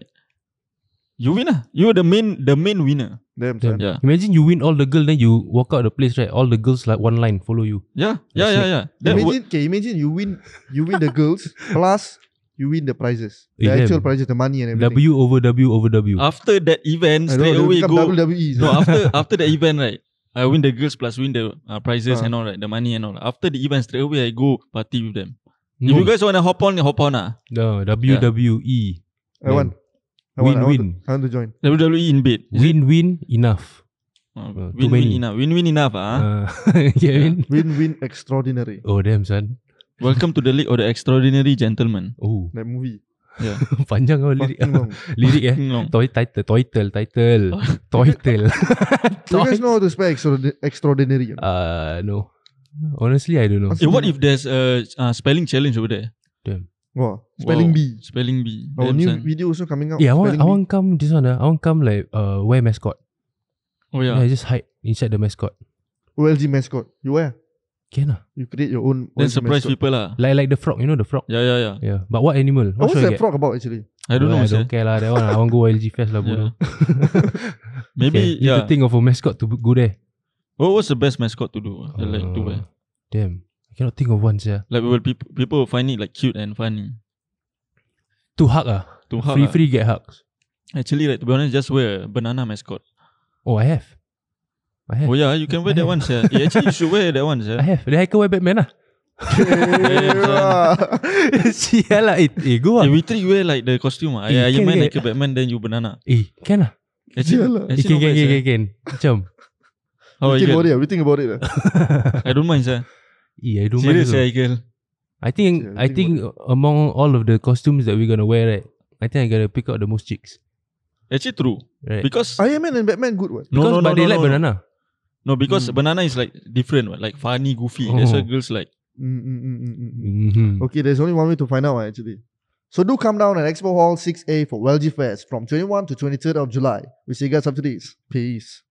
[SPEAKER 2] You win lah. You are the main the main winner.
[SPEAKER 1] Damn,
[SPEAKER 3] Damn.
[SPEAKER 1] son.
[SPEAKER 2] Yeah.
[SPEAKER 3] Imagine you win all the girls, then you walk out the place, right? All the girls like one line follow you.
[SPEAKER 2] Yeah, yeah, yeah, yeah. That would,
[SPEAKER 1] Imagine, okay, imagine you win, you win the girls plus you win the prizes, the
[SPEAKER 3] Eh, damn.
[SPEAKER 1] actual prizes, the money and everything.
[SPEAKER 3] W over W over W.
[SPEAKER 2] Hmm. after that
[SPEAKER 1] I don't know,
[SPEAKER 2] event, straight
[SPEAKER 1] they
[SPEAKER 2] away
[SPEAKER 1] become E.
[SPEAKER 2] go.
[SPEAKER 1] WWE.
[SPEAKER 2] No, after after the event, right? I win the girls plus win the uh, prizes
[SPEAKER 1] Ah.
[SPEAKER 2] and all right, the money and all. After the event, straight away I go party with them.
[SPEAKER 3] No,
[SPEAKER 2] If you guys wanna hop on, hop on ah.
[SPEAKER 3] no, WWE.
[SPEAKER 1] *laughs* I want. I want,
[SPEAKER 3] Win
[SPEAKER 1] I want, to,
[SPEAKER 3] win.
[SPEAKER 1] I want to join.
[SPEAKER 2] WWE E in bed.
[SPEAKER 3] Win win enough.
[SPEAKER 2] Uh,
[SPEAKER 3] Uh, too
[SPEAKER 2] win win
[SPEAKER 3] many.
[SPEAKER 2] enough. Win win enough ah.
[SPEAKER 3] Uh, *laughs* you know what I mean?
[SPEAKER 1] Win win extraordinary.
[SPEAKER 3] Oh damn son.
[SPEAKER 2] Welcome to the league of the extraordinary gentlemen.
[SPEAKER 3] Oh, *laughs*
[SPEAKER 1] That movie.
[SPEAKER 2] Yeah.
[SPEAKER 3] panjang kau lirik.
[SPEAKER 1] Fucking long.
[SPEAKER 3] lirik
[SPEAKER 1] *laughs*
[SPEAKER 3] eh.
[SPEAKER 2] Fucking long.
[SPEAKER 3] Toy title, title, title,
[SPEAKER 2] Oh.
[SPEAKER 3] *laughs* title.
[SPEAKER 1] Do you guys know how to spell extraordi- extraordinary? or not?
[SPEAKER 3] Uh, no. Honestly, I don't know.
[SPEAKER 2] Eh, what if there's a uh, spelling challenge over there?
[SPEAKER 1] Wow. Spelling
[SPEAKER 2] Wow.
[SPEAKER 1] B.
[SPEAKER 2] Spelling bee.
[SPEAKER 1] Our
[SPEAKER 2] Damn,
[SPEAKER 1] Oh, new
[SPEAKER 2] son.
[SPEAKER 1] video also coming out.
[SPEAKER 3] Yeah, I want,
[SPEAKER 1] spelling
[SPEAKER 3] I
[SPEAKER 1] bee.
[SPEAKER 3] want come this one. Uh, I want come like uh, wear mascot.
[SPEAKER 2] Oh
[SPEAKER 3] Yeah.
[SPEAKER 2] yeah.
[SPEAKER 3] just hide inside the mascot.
[SPEAKER 1] OLG mascot. You wear?
[SPEAKER 3] Can ah.
[SPEAKER 1] You create your own.
[SPEAKER 2] Then
[SPEAKER 1] OLG
[SPEAKER 2] surprise
[SPEAKER 1] mascot.
[SPEAKER 2] people lah.
[SPEAKER 3] Like like the frog, you know the frog.
[SPEAKER 2] Yeah, yeah, yeah.
[SPEAKER 3] Yeah, but what
[SPEAKER 1] Oh,
[SPEAKER 3] animal? What
[SPEAKER 1] what's
[SPEAKER 3] should I
[SPEAKER 1] that
[SPEAKER 3] get? *laughs*
[SPEAKER 1] frog about actually?
[SPEAKER 2] I don't
[SPEAKER 3] Well,
[SPEAKER 2] know.
[SPEAKER 3] I don't
[SPEAKER 2] sia.
[SPEAKER 3] care lah. That one, I want go LG Fest lah,
[SPEAKER 2] Yeah.
[SPEAKER 3] bodoh.
[SPEAKER 2] Maybe yeah.
[SPEAKER 3] You have to think of a mascot to go there.
[SPEAKER 2] What was the best mascot to do? Uh, like to
[SPEAKER 3] Uh,
[SPEAKER 2] wear.
[SPEAKER 3] Damn. I cannot think of one, yeah.
[SPEAKER 2] Like will people people will find it like cute and funny.
[SPEAKER 3] To hug ah.
[SPEAKER 2] To hug.
[SPEAKER 3] Free
[SPEAKER 2] ah.
[SPEAKER 3] free get hugs.
[SPEAKER 2] Actually, like to be honest, just wear a banana mascot.
[SPEAKER 3] Oh, I have. I have.
[SPEAKER 2] Oh yeah, you can wear that one, sir. Eh, actually, you should wear that one,
[SPEAKER 3] *laughs* I
[SPEAKER 2] sir.
[SPEAKER 3] have. The hacker wear Batman ah. *laughs* lah. uh.
[SPEAKER 1] *laughs*
[SPEAKER 3] Sia lah. Eh, eh go
[SPEAKER 2] Eh,
[SPEAKER 3] lah.
[SPEAKER 2] we three wear like the costume. ah.
[SPEAKER 3] Eh,
[SPEAKER 2] Eh, Iron
[SPEAKER 3] can
[SPEAKER 2] Man,
[SPEAKER 3] get-
[SPEAKER 2] like Batman, then you
[SPEAKER 3] *laughs*
[SPEAKER 2] banana.
[SPEAKER 3] Eh, can lah.
[SPEAKER 2] Actually,
[SPEAKER 1] Sialah.
[SPEAKER 3] Eh,
[SPEAKER 2] actually
[SPEAKER 3] can,
[SPEAKER 2] not
[SPEAKER 3] can,
[SPEAKER 2] bad,
[SPEAKER 3] can,
[SPEAKER 2] sir.
[SPEAKER 3] can, can. Macam.
[SPEAKER 2] How
[SPEAKER 1] we
[SPEAKER 3] Oh,
[SPEAKER 2] are
[SPEAKER 1] think about
[SPEAKER 2] you?
[SPEAKER 1] it. ah, We think about it. ah.
[SPEAKER 2] I don't mind, sir.
[SPEAKER 3] Eh, I don't mind
[SPEAKER 2] Serious,
[SPEAKER 3] also.
[SPEAKER 2] sir, Igel.
[SPEAKER 3] I think
[SPEAKER 1] Yeah,
[SPEAKER 3] I
[SPEAKER 1] think
[SPEAKER 3] think among all of the costumes that we're gonna wear, right? I think I gotta pick out the most chicks,
[SPEAKER 2] Actually, true.
[SPEAKER 3] right?
[SPEAKER 2] Because
[SPEAKER 1] *laughs* Iron Man and Batman good one.
[SPEAKER 2] no,
[SPEAKER 3] Eh.
[SPEAKER 2] no, no,
[SPEAKER 3] Because- but
[SPEAKER 2] no,
[SPEAKER 3] they
[SPEAKER 2] no,
[SPEAKER 3] like
[SPEAKER 2] no.
[SPEAKER 3] banana. Hmm.
[SPEAKER 2] No, because banana is like different, what? like funny, goofy. That's
[SPEAKER 3] Oh.
[SPEAKER 2] why girls like.
[SPEAKER 1] Mm, mm, mm, mm, mm, mm.
[SPEAKER 3] Mhm.
[SPEAKER 1] Okay, there's only one way to find out ah, actually. So do come down at Expo Hall 6A for WellG Fest from 21 to 23rd of July with Sega subsidies. Peace.